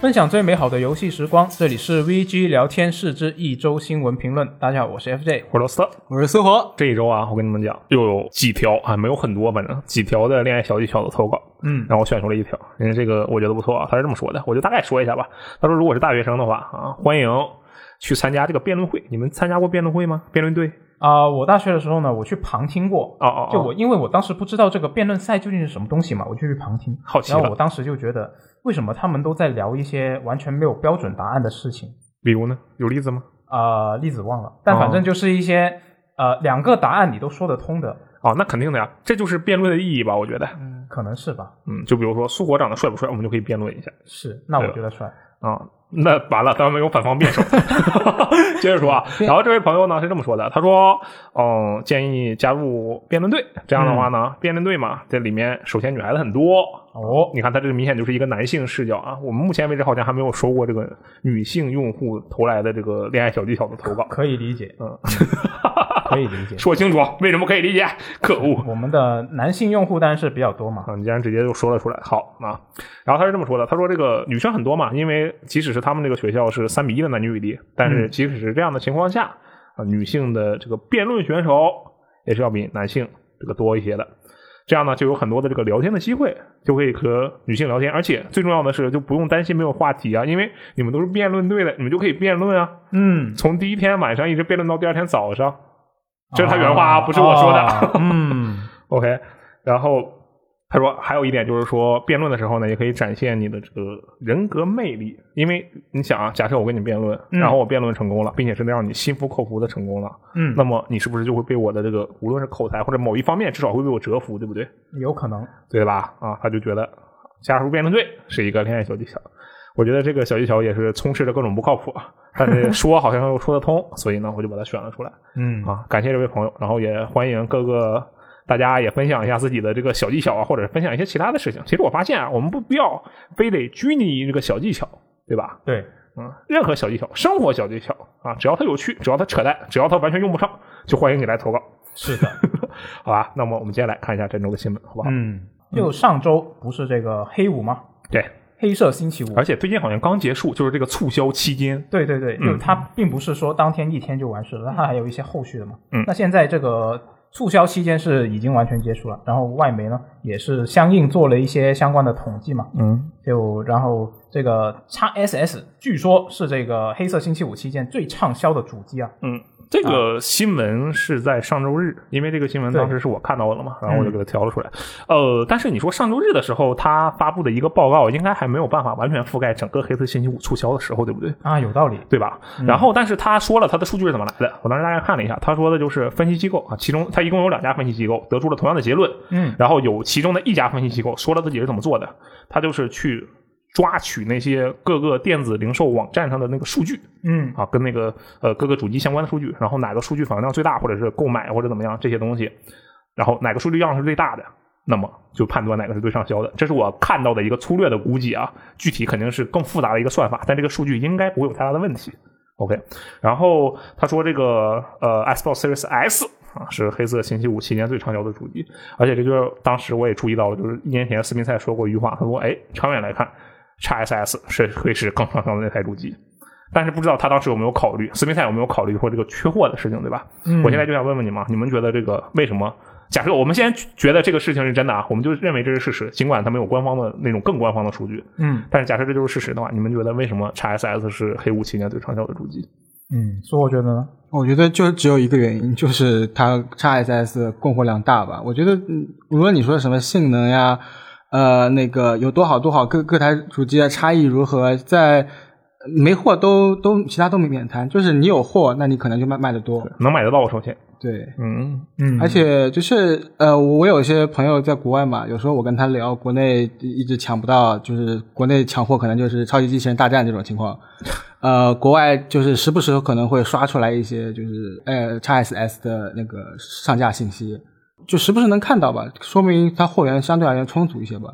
分享最美好的游戏时光，这里是 VG 聊天室之一周新闻评论。大家好，我是 FJ。我是罗斯特。我是苏活，这一周啊，我跟你们讲，又有几条啊，没有很多，反正几条的恋爱小技巧的投稿。嗯然后我选出了一条，因为这个我觉得不错啊，他是这么说的，我就大概说一下吧。他说，如果是大学生的话啊，欢迎去参加这个辩论会。你们参加过辩论会吗？辩论队？啊、我大学的时候呢，我去旁听过。哦哦，哦就我，因为我当时不知道这个辩论赛究竟是什么东西嘛，我就去旁听。好奇然后了我，当时就觉得，为什么他们都在聊一些完全没有标准答案的事情？比如呢，有例子吗？啊，例子忘了，但反正就是一些、呃两个答案你都说得通的，哦，那肯定的呀，这就是辩论的意义吧？我觉得，可能是吧？嗯，就比如说苏火长得帅不帅，我们就可以辩论一下是，那我对觉得帅。啊。那完了，当然没有反方辩手。 接着说啊，然后这位朋友呢是这么说的，他说，嗯、建议加入辩论队，这样的话呢，辩论队嘛，这里面首先女孩子很多，哦，你看，它这明显就是一个男性视角啊。我们目前为止好像还没有收过这个女性用户投来的这个恋爱小技巧的投稿。可以理解，嗯， 可以理解。说清楚啊为什么可以理解？可恶！ 我们的男性用户当然是比较多嘛。啊，你竟然直接就说了出来，好啊。然后他是这么说的，他说这个女生很多嘛，因为即使是他们这个学校是三比一的男女比例，但是即使是这样的情况下，啊，女性的这个辩论选手也是要比男性这个多一些的。这样呢，就有很多的这个聊天的机会，就可以和女性聊天，而且最重要的是，就不用担心没有话题啊，因为你们都是辩论队的，你们就可以辩论啊，嗯，从第一天晚上一直辩论到第二天早上，这是他原话啊，不是我说的。啊嗯， OK，然后他说还有一点就是说，辩论的时候呢，也可以展现你的这个人格魅力，因为你想啊，假设我跟你辩论，嗯然后我辩论成功了，并且是让你心服口服的成功了，嗯那么你是不是就会被我的这个无论是口才或者某一方面，至少会被我折服，对不对？有可能。对吧？啊，他就觉得加入辩论队是一个恋爱小技巧。我觉得这个小技巧也是充斥着各种不靠谱，啊但是说好像又说得通，所以呢，我就把它选了出来。嗯啊，感谢这位朋友，然后也欢迎各个大家也分享一下自己的这个小技巧啊，或者分享一些其他的事情。其实我发现啊，我们不必要非得拘泥于这个小技巧，对吧？对，嗯，任何小技巧，生活小技巧啊，只要它有趣，只要它扯淡，只要它完全用不上，就欢迎你来投稿，是的。好吧？那么我们接下来看一下这周的新闻，好不好？ 嗯，就上周不是这个黑五吗？对，黑色星期五。而且最近好像刚结束，就是这个促销期间，对对对，就哎嗯它并不是说当天一天就完事了，它还有一些后续的嘛。嗯那现在这个促销期间是已经完全结束了，然后外媒呢也是相应做了一些相关的统计嘛。嗯，就然后这个 x SS 据说是这个黑色星期五期间最畅销的主机啊。嗯，这个新闻是在上周日，因为这个新闻对嗯当时是我看到的嘛，然后我就给它调了出来。呃，但是你说上周日的时候，他发布的一个报告，应该还没有办法完全覆盖整个黑色星期五促销的时候，对不对？啊，有道理。对吧？然后，但是他说了他的数据是怎么来的。我当时大概看了一下，他说的就是分析机构啊，其中他一共有两家分析机构得出了同样的结论，嗯，然后有其中的一家分析机构说了自己是怎么做的，他就是去抓取那些各个电子零售网站上的那个数据，嗯啊，跟那个呃各个主机相关的数据，然后哪个数据访问量最大，或者是购买或者怎么样这些东西，然后哪个数据量是最大的，那么就判断哪个是最上销的。这是我看到的一个粗略的估计啊，具体肯定是更复杂的一个算法，但这个数据应该不会有太大的问题。OK，然后他说这个呃 Xbox Series S 啊是黑色星期五期间最畅销的主机，而且这就是当时我也注意到了，就是一年前斯宾塞说过一句话，他说哎，长远来看，XSS 是会是更畅销的那台主机。但是不知道他当时有没有考虑，斯宾塞有没有考虑过这个缺货的事情，对吧？嗯我现在就想问问你们，你们觉得这个为什么？假设我们先觉得这个事情是真的啊，我们就认为这是事实，尽管它没有官方的那种更官方的数据，嗯但是假设这就是事实的话，你们觉得为什么 XSS 是黑五期间最畅销的主机？嗯，所以我觉得呢，我觉得就只有一个原因，就是它 x SS 的供货量大吧。我觉得嗯无论你说什么性能呀，呃，那个有多好多好，各各台主机的差异如何，在没货都都其他都免谈，就是你有货，那你可能就卖卖的多。能买得到，首先，对，嗯嗯，而且就是呃，我有些朋友在国外嘛，有时候我跟他聊国内一直抢不到，就是国内抢货可能就是超级机器人大战这种情况，呃，国外就是时不时可能会刷出来一些就是呃 x SS 的那个上架信息，就时不时能看到吧，说明它货源相对而言充足一些吧。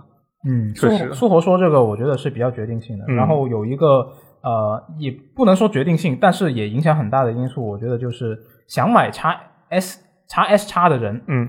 嗯，确苏实苏活说这个，我觉得是比较决定性的。嗯然后有一个呃，也不能说决定性，但是也影响很大的因素，我觉得就是想买 x S x S 叉的人，嗯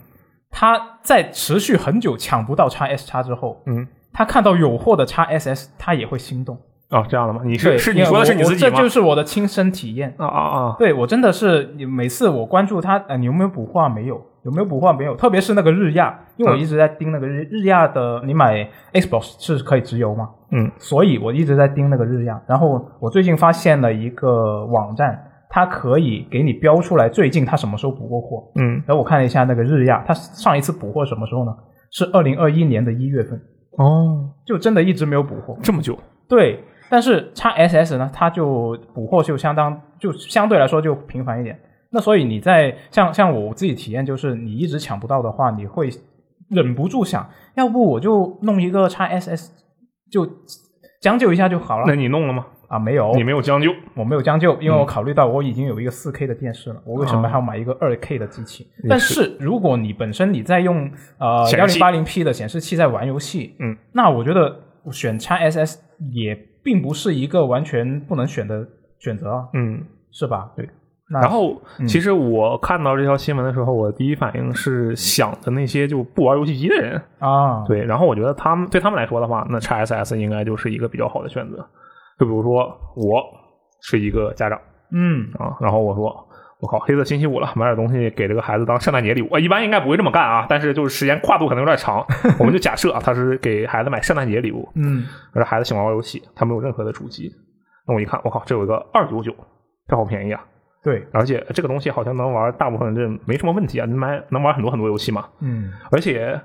他在持续很久抢不到 x S 叉之后，嗯，他看到有货的 x SS，他也会心动。啊，这样的吗？你对，是是因你为说的我是你我自己这吗？就是我的亲身体验。啊啊啊！对我真的是每次我关注他，呃，你有没有补画？没有，有没有补画？啊没有。特别是那个日亚，因为我一直在盯那个日、日亚的，你买 Xbox 是可以直邮嘛？嗯，所以我一直在盯那个日亚。然后我最近发现了一个网站，它可以给你标出来最近它什么时候补过货。嗯，然后我看了一下那个日亚，它上一次补货什么时候呢？是二零二一年的一月份，哦，就真的一直没有补货。这么久，对，但是 x SS 呢，它就补货就相当就相对来说就频繁一点。那所以你在像像我自己体验就是，你一直抢不到的话，你会忍不住想，要不我就弄一个 x SS，就将就一下就好那了你弄了吗？啊。没有，你没有将就，我没有将就，嗯因为我考虑到我已经有一个四 K 的电视了，我为什哦么还要买一个二 K 的机器？但是如果你本身你在用呃幺显示零器八零 P 的显示器在玩游戏，嗯，那我觉得我选 x SS 也并不是一个完全不能选的选择啊，嗯。是吧？对，那嗯然后，其实我看到这条新闻的时候，我第一反应是想的那些就不玩游戏机的人，啊，对，然后我觉得他们对他们来说的话，那 x SS 应该就是一个比较好的选择。就比如说，我是一个家长嗯，啊，然后我说，我靠，黑色星期五了，买点东西给这个孩子当圣诞节礼物。我一般应该不会这么干啊，但是就是时间跨度可能有 点长，我们就假设啊，他是给孩子买圣诞节礼物，嗯，而这孩子喜欢玩游戏，他没有任何的主机，那我一看，我靠，这有一个二九九，这好便宜啊！对，而且这个东西好像能玩大部分人没什么问题啊，能买能玩很多很多游戏嘛。嗯，而且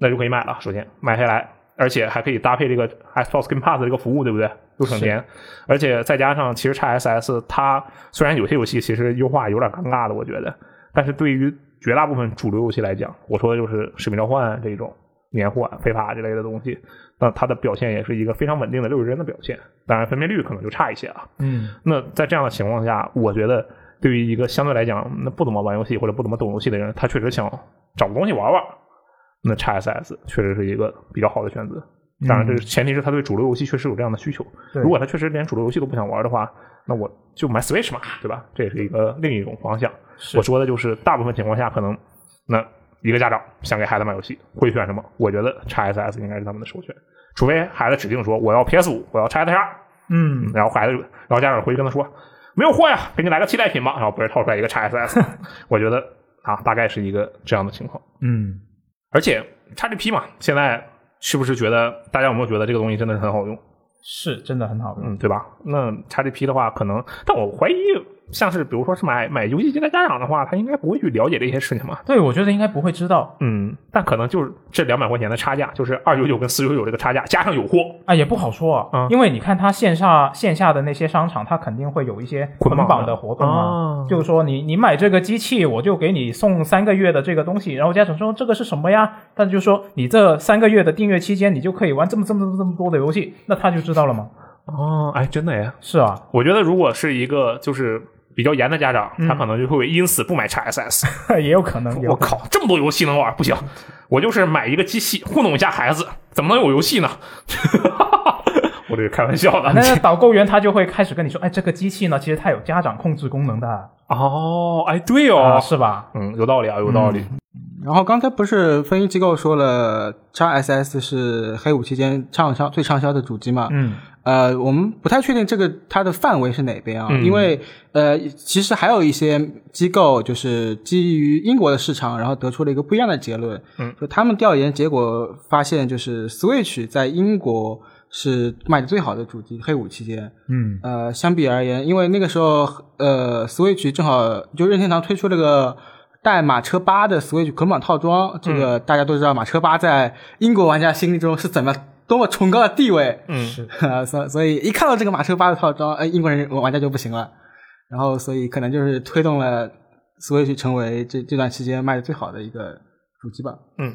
那就可以买了，首先买下来，而且还可以搭配这个 Xbox Game Pass 的这个服务，对不对？又省钱，而且再加上其实 XSS 它虽然有些游戏其实优化有点尴尬的，我觉得，但是对于绝大部分主流游戏来讲，我说的就是《使命召唤》这种年货、非法之类的东西，那它的表现也是一个非常稳定的六十帧的表现，当然分辨率可能就差一些啊。嗯，那在这样的情况下，我觉得对于一个相对来讲那不怎么玩游戏或者不怎么懂游戏的人，他确实想找个东西玩玩，那 XSS 确实是一个比较好的选择。当然，这个前提是他对主流游戏确实有这样的需求。嗯对如果他确实连主流游戏都不想玩的话，那我就买 Switch 嘛，对吧？这也是一个另一种方向。是我说的就是大部分情况下，可能那一个家长想给孩子买游戏，会选什么？我觉得 XSS 应该是他们的首选，除非孩子指定说我要 PS 五，我要 XSR，嗯，然后孩子就，然后家长回去跟他说没有货呀，给你来个替代品吧。然后不是掏出来一个 XSS，我觉得啊，大概是一个这样的情况。嗯，而且 XGP 嘛，现在是不是觉得大家有没有觉得这个东西真的是很好用？是真的很好用，嗯，对吧？那 XGP 的话，可能，但我怀疑像是比如说是买买游戏机的家长的话，他应该不会去了解这些事情嘛。对，我觉得应该不会知道嗯，但可能就是这两百块钱的差价，就是二九九跟四九九这个差价，加上有货，啊，也不好说啊因为你看它线下线下的那些商场，它肯定会有一些捆捆绑绑的的活动啊。啊就是说你你买这个机器，我就给你送三个月的这个东西。然后家长说这个是什么呀？他就说你这三个月的订阅期间，你就可以玩这么这么这么这么多的游戏，那他就知道了吗？哦，哎，真的耶，是啊， 我觉得如果是一个就是比较严的家长，他可能就会因此不买 XSS。也有可能。嗯也有我可能靠，这么多游戏能玩不行，我就是买一个机器糊弄一下孩子，怎么能有游戏呢？ 我这是开玩笑的。那那导购员他就会开始跟你说，哎，这个机器呢，其实它有家长控制功能的啊， 哦，哎，对啊哦，是吧？嗯，有道理啊，有道理。然后刚才不是分析机构说了，x SS 是黑五期间畅销最畅销的主机嘛？嗯，呃，我们不太确定这个它的范围是哪边啊，因为呃，其实还有一些机构就是基于英国的市场，然后得出了一个不一样的结论，嗯，就他们调研结果发现，就是 Switch 在英国是卖的最好的主机，黑五期间，嗯，呃，相比而言，因为那个时候呃，Switch 正好就任天堂推出了个。带马车八的 Switch 捆绑套装，这个大家都知道，马车八在英国玩家心里中是怎么多么崇高的地位。 嗯，是啊，所所以一看到这个马车八的套装，哎，英国人玩家就不行了，然后所以可能就是推动了 Switch 成为这这段期间卖的最好的一个主机吧。嗯，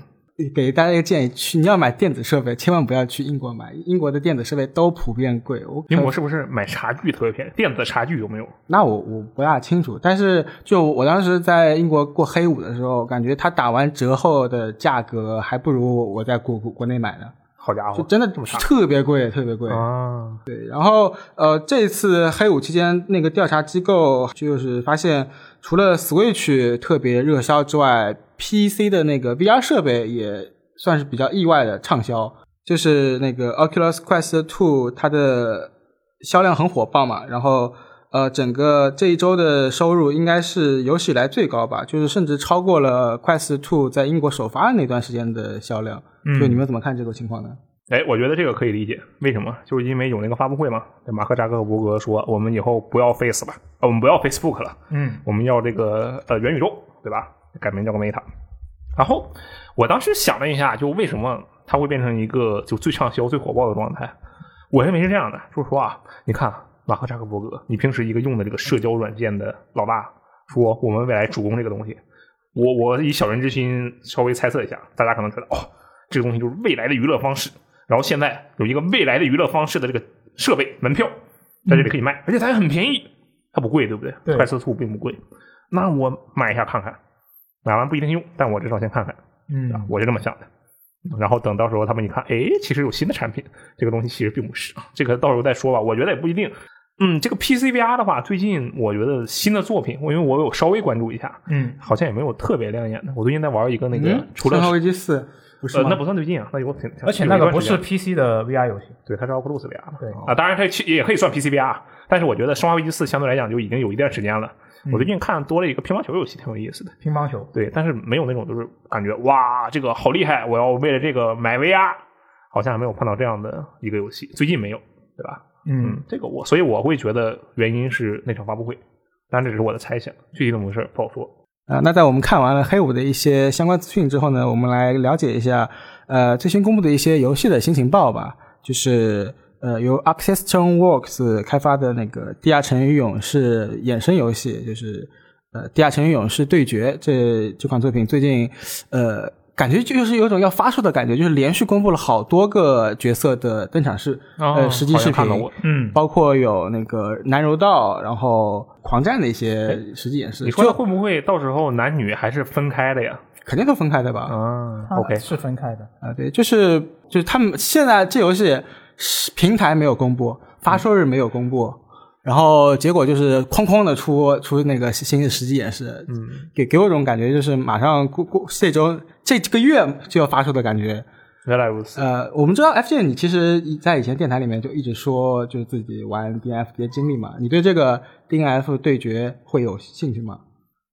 给大家一个建议，去你要买电子设备，千万不要去英国买，英国的电子设备都普遍贵。我英国是不是买茶具特别便宜？电子茶具有没有？那我我不大清楚，但是就我当时在英国过黑五的时候，感觉它打完折后的价格还不如我在国国国内买呢，好家就伙，真的这么差特别贵，特别贵。啊！然后呃，这次黑五期间那个调查机构就是发现，除了 Switch 特别热销之外，PC 的那个 VR 设备也算是比较意外的畅销。就是那个 Oculus Quest 2，它的销量很火爆嘛，然后呃，整个这一周的收入应该是有史以来最高吧，就是甚至超过了快四 Two 在英国首发的那段时间的销量。嗯就你们怎么看这个情况呢？哎，我觉得这个可以理解，为什么？就是因为有那个发布会嘛，这马克扎克伯格说，我们以后不要 Face 了，呃，我们不要 Facebook 了，嗯，我们要这个呃元宇宙，对吧？改名叫个 Meta。然后我当时想了一下，就为什么它会变成一个就最畅销、最火爆的状态？我认为是这样的，就是说啊，你看马克扎克伯格，你平时一个用的这个社交软件的老大，说我们未来主攻这个东西，我我以小人之心稍微猜测一下，大家可能觉得哦，这个东西就是未来的娱乐方式。然后现在有一个未来的娱乐方式的这个设备门票在这里可以卖，而且它还很便宜，它不贵，对不对？对快速兔并不贵。那我买一下看看，买完不一定用，但我至少先看看。嗯，我是啊这么想的。然后等到时候他们一看，哎，其实有新的产品，这个东西其实并不是，啊这个到时候再说吧。我觉得也不一定。嗯，这个 PCVR 的话，最近我觉得新的作品，我因为我有稍微关注一下，嗯，好像也没有特别亮眼的。我最近在玩一个那个，嗯，除了生化危机四》不是呃，吗？那不算最近啊，那有挺，挺而且那有个一段不时间是 PC 的 VR 游戏，对，它是 Oculus VR 嘛。对啊，当然它其也可以算 PCVR，但是我觉得《生化危机四》相对来讲就已经有一段时间了。我最近看多了一个乒乓球游戏，挺有意思的。乒乓球，对，但是没有那种就是感觉哇，这个好厉害，我要为了这个买 VR，好像还没有碰到这样的一个游戏，最近没有，对吧？嗯，这个我所以我会觉得原因是那场发布会，当然这只是我的猜想，具体怎么回事不好说。啊、那在我们看完了黑五的一些相关资讯之后呢，我们来了解一下，呃，最新公布的一些游戏的新情报吧。就是呃，由 a r c i s t o n Works 开发的那个《地下城与勇士》衍生游戏，就是呃，《地下城与勇士对决》这这款作品最近呃，感觉就是有一种要发售的感觉，就是连续公布了好多个角色的登场式，哦呃，实际视好像看到频过，嗯，包括有那个南柔道，然后狂战的一些实际演示，哎你说就会不会到时候男女还是分开的呀？肯定会分开的吧？啊它，OK，是分开的，啊，对，就是就是他们现在这游戏是平台没有公布，发售日没有公布，然后结果就是哐哐的出出那个新的实际演示，嗯，给给我一种感觉就是马上过过这周这这个月就要发售的感觉。原来如此。呃，我们知道 F J 你其实在以前电台里面就一直说就是自己玩 D N F 的经历嘛，你对这个 D N F 对决会有兴趣吗？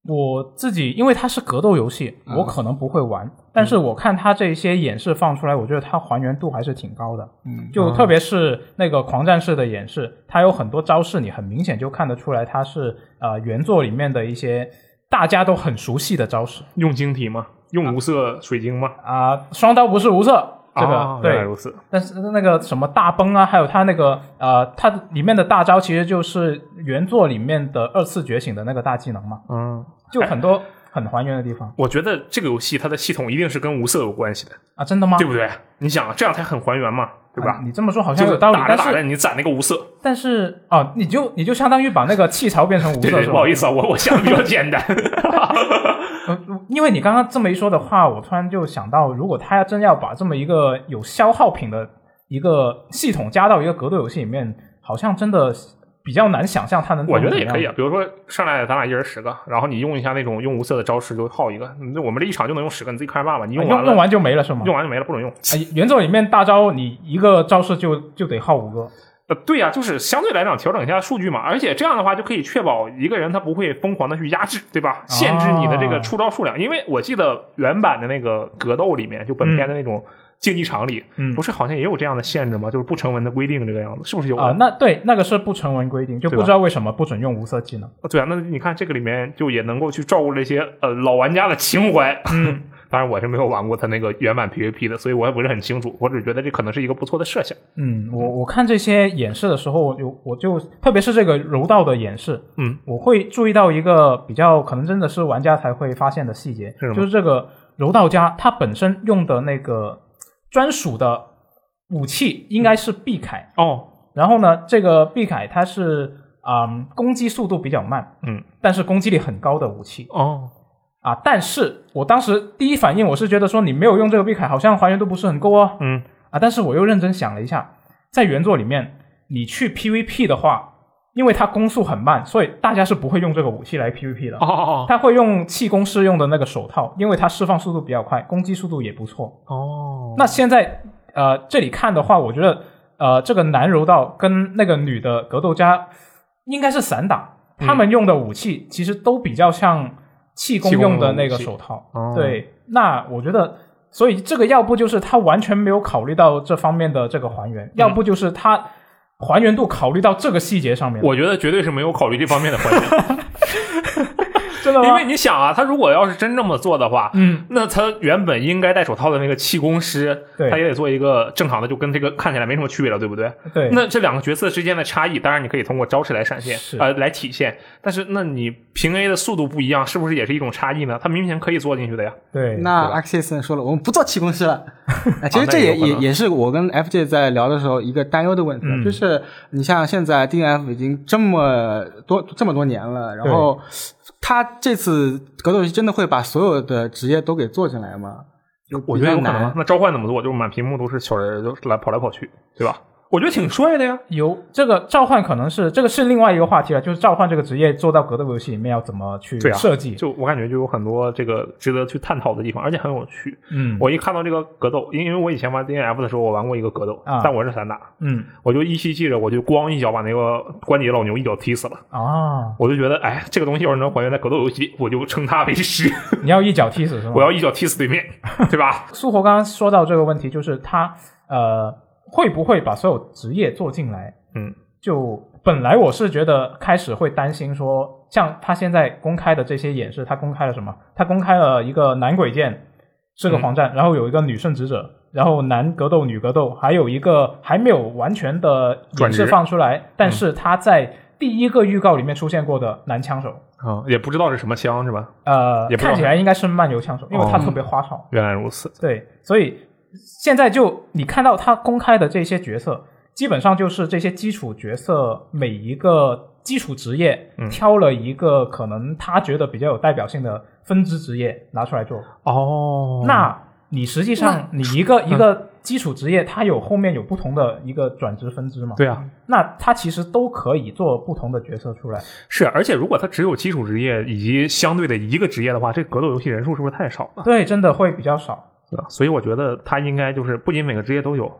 我自己因为它是格斗游戏，嗯我可能不会玩，但是我看它这些演示放出来，我觉得它还原度还是挺高的。嗯，就特别是那个狂战士的演示，它有很多招式，你很明显就看得出来，它是呃原作里面的一些大家都很熟悉的招式用晶体吗？用无色水晶吗？啊、双刀不是无色，这个、啊原来对，如此。但是那个什么大崩啊，还有他那个呃，他里面的大招其实就是原作里面的二次觉醒的那个大技能嘛，嗯，就很多很还原的地方我觉得这个游戏它的系统一定是跟无色有关系的，啊，真的吗？对不对？你想，这样才很还原嘛，对吧？啊你这么说好就像有是道理，打着但打着哎是你攒那个无色，但是哦，你就你就相当于把那个气槽变成无对色对，是吧？不好意思啊，我我 想的比较简 单。呃，因为你刚刚这么一说的话，我突然就想到，如果他真要把这么一个有消耗品的一个系统加到一个格斗游戏里面，好像真的比较难想象它能我做觉得成也怎么样可以啊，比如说上来咱俩一人十个，然后你用一下那种用无色的招式就耗一个，那我们这一场就能用十个，你自己看着办吧。你用哎啊用完了用完就没了是吗？用完就没了，不准用。哎，原作里面大招你一个招式就就得耗五个，呃，对呀、就是相对来讲调整一下数据嘛，而且这样的话就可以确保一个人他不会疯狂的去压制，对吧？限制你的这个出招数量，因为我记得原版的那个格斗里面，就本片的那种竞技场里，嗯不是好像也有这样的限制吗？就是不成文的规定这个样子，是不是有啊、啊？那对那个是不成文规定，就对不吧知道为什么不准用无色技能。对啊，那你看这个里面就也能够去照顾这些呃老玩家的情怀。嗯， 当然我是没有玩过他那个原版 PVP 的，所以我也不是很清楚。我只觉得这可能是一个不错的设想。嗯，我我看这些演示的时候，我我就特别是这个柔道的演示，嗯，我会注意到一个比较可能真的是玩家才会发现的细节，是吗就是这个柔道家他本身用的那个专属的武器应该是臂铠，哦，然后呢，这个臂铠它是啊、嗯攻击速度比较慢，嗯，但是攻击力很高的武器。哦，啊，但是我当时第一反应我是觉得说你没有用这个臂铠，好像还原度不是很够哦。嗯，啊，但是我又认真想了一下，在原作里面，你去 PVP 的话，因为它攻速很慢，所以大家是不会用这个武器来 PVP 的。哦哦他会用气功师用的那个手套，因为它释放速度比较快，攻击速度也不错。哦，那现在呃，这里看的话，我觉得呃，这个男柔道跟那个女的格斗家应该是散打，他们用的武器其实都比较像气功嗯气功用的用的那个武器手套。哦对，那我觉得，所以这个要不就是他完全没有考虑到这方面的这个还嗯原，要不就是他还原度考虑到这个细节上面了。我觉得绝对是没有考虑这方面的环节， 真的吗？因为你想啊，他如果要是真这么做的话，嗯，那他原本应该戴手套的那个气功师，对他也得做一个正常的，就跟这个看起来没什么区别了，对不对？对，那这两个角色之间的差异，当然你可以通过招式来闪现，是呃，来体现。但是，那你平 A 的速度不一样，是不是也是一种差异呢？他明显可以做进去的呀。对，那 Axis 说了，我们不做气功师 了。哎其啊实那这也有可也能也是我跟 FJ 在聊的时候一个担忧的问题，嗯就是你像现在 DNF 已经这么多这么多年了，然后他这次格斗游戏真的会把所有的职业都给做进来吗？就我觉得有比可较能啊难。。那召唤怎么做？就是满屏幕都是小人儿，就来跑来跑去，对吧？我觉得挺帅的呀。有这个召唤可能是这个是另外一个话题了，就是召唤这个职业做到格斗游戏里面要怎么去对啊设计？就我感觉就有很多这个值得去探讨的地方，而且很有趣。嗯，我一看到这个格斗，因因为我以前玩 D N F 的时候，我玩过一个格斗，啊但我是散打，嗯我就依稀记着，我就咣一脚把那个关节老牛一脚踢死了。啊，我就觉得，哎，这个东西要是能还原在格斗游戏里，我就称它为师。你要一脚踢死是吗？我要一脚踢死对 面，对吧？苏活刚刚说到这个问题，就是他呃会不会把所有职业做进来？嗯，就本来我是觉得开始会担心说，像他现在公开的这些演示，他公开了什么？他公开了一个男鬼剑是个嗯黄战，然后有一个女圣职者，然后男格斗、女格斗，还有一个还没有完全的转演示职嗯放出来，但是他在第一个预告里面出现过的男枪手，啊、也不知道是什么枪是吧？呃也，不知道看起来应该是漫游枪手，因为他哦特别花哨。原来如此，对，所以现在就你看到他公开的这些角色，基本上就是这些基础角色每一个基础职业、嗯挑了一个可能他觉得比较有代表性的分支职业拿出来做。哦嗯那你实际上你一个一个基础职业，它有后面有不同的一个转职分支嘛？对啊，那它其实都可以做不同的角色出来。是，而且如果他只有基础职业以及相对的一个职业的话，这格斗游戏人数是不是太少了？对，真的会比较少。对吧啊所以我觉得他应该就是不仅每个职业都有，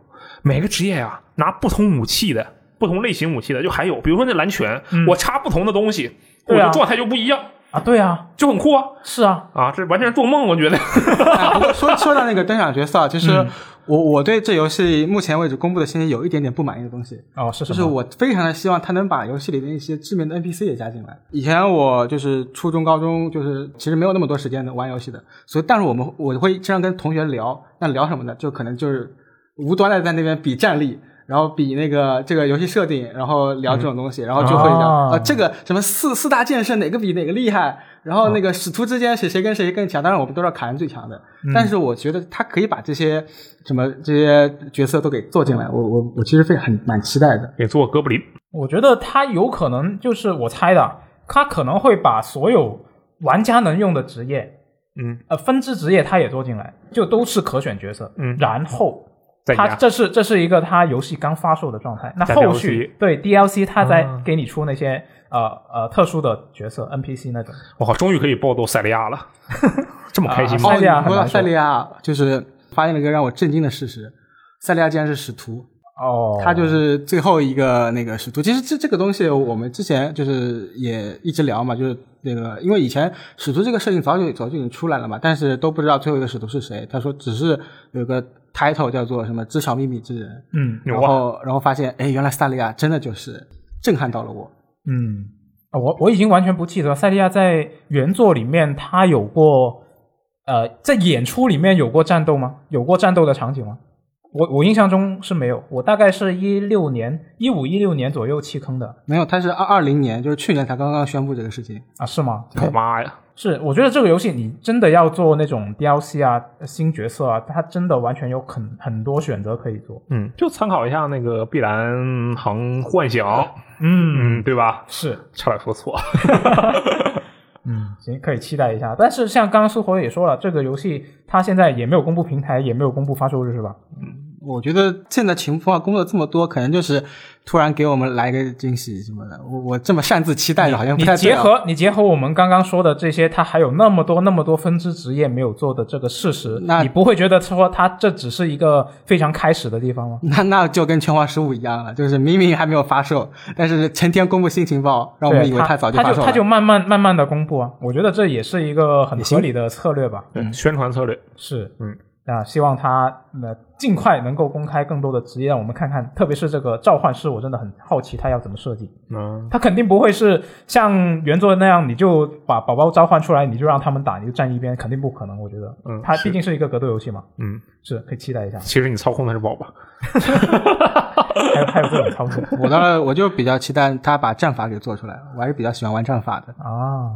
每个职业呀、拿不同武器的、不同类型武器的，就还有比如说那蓝拳，我插不同的东西，我对啊的状态就不一样，啊，对啊，就很酷啊！是啊，啊，这完全是做梦，我觉得。哎不过说说到那个登场角色啊，其嗯实我我对这游戏目前为止公布的信息有一点点不满意的东西。哦，是什就么是我非常的希望他能把游戏里的一些知名的 NPC 也加进来。以前我就是初中、高中，就是其实没有那么多时间的玩游戏的，所以但是我们我会经常跟同学聊，那聊什么呢？就可能就是无端的在那边比战力。然后比那个这个游戏设定，然后聊这种东西，然后就会聊啊啊、这个什么四四大剑圣哪个比哪个厉害，然后那个使徒之间谁谁跟谁更强，当然我们都知道卡恩最强的，但是我觉得他可以把这些什么这些角色都给做进来，我我我其实非很蛮期待 的。给做哥布林，我觉得他有可能就是我猜的，他可能会把所有玩家能用的职业，嗯，呃，分支职业他也做进来，就都是可选角色。嗯然后在他家这是这是一个他游戏刚发售的状态，那在后 DLC 续对 DLC 他再啊给你出那些、呃呃特殊的角色 NPC 那种。我靠，终于可以暴揍塞利亚 了，这么开心吗啊？塞利亚哦，你很说到难塞受利亚，就是发现了一个让我震惊的事实：塞利亚竟然是使徒，哦，他就是最后一个那个使徒。其实这这个东西我们之前就是也一直聊嘛，就是那个因为以前使徒这个设定早就早就已经出来了嘛，但是都不知道最后一个使徒是谁。他说只是有个 title 叫做什么“知晓秘密之人嗯”，牛然啊！后然后发现，哎，原来塞利亚真的就是震撼到了我。嗯，啊我我已经完全不记得塞利亚在原作里面他有过，呃，在演出里面有过战斗吗？有过战斗的场景吗？我我印象中是没有，我大概是一六年、一五一六年左右弃坑的没有，他是二二零年，就是去年才刚刚宣布这个事情。啊，是吗？我妈呀！是，我觉得这个游戏你真的要做那种 DLC 啊、新角色啊，它真的完全有很很多选择可以做。嗯，就参考一下那个碧蓝航幻想，嗯，对吧？是，差点说错，嗯，行，可以期待一下。但是像刚刚苏活也说了，这个游戏它现在也没有公布平台，也没有公布发售日，是吧？我觉得现在情况工作这么多，可能就是突然给我们来个惊喜什么的。我我这么擅自期待，好像不你太对结啊合你结合我们刚刚说的这些，他还有那么多那么多分支职业没有做的这个事实，那你不会觉得说他这只是一个非常开始的地方吗？那那就跟《全华十五》一样了，就是明明还没有发售，但是前天公布新情报，让我们对以为他早就他发就售他就了。慢慢慢慢的公布啊，我觉得这也是一个很合理的策略吧。对，宣传策略，是，嗯，啊，希望他呃尽快能够公开更多的职业，让我们看看。特别是这个召唤师，我真的很好奇他要怎么设计。嗯，他肯定不会是像原作那样，你就把宝宝召唤出来，你就让他们打，你就站一边，肯定不可能。我觉得，嗯他是毕竟是一个格斗游戏嘛，嗯，。是可以期待一下其实你操控的是宝宝，还有还有这种操作我当然我就比较期待他把战法给做出来，我还是比较喜欢玩战法的。啊，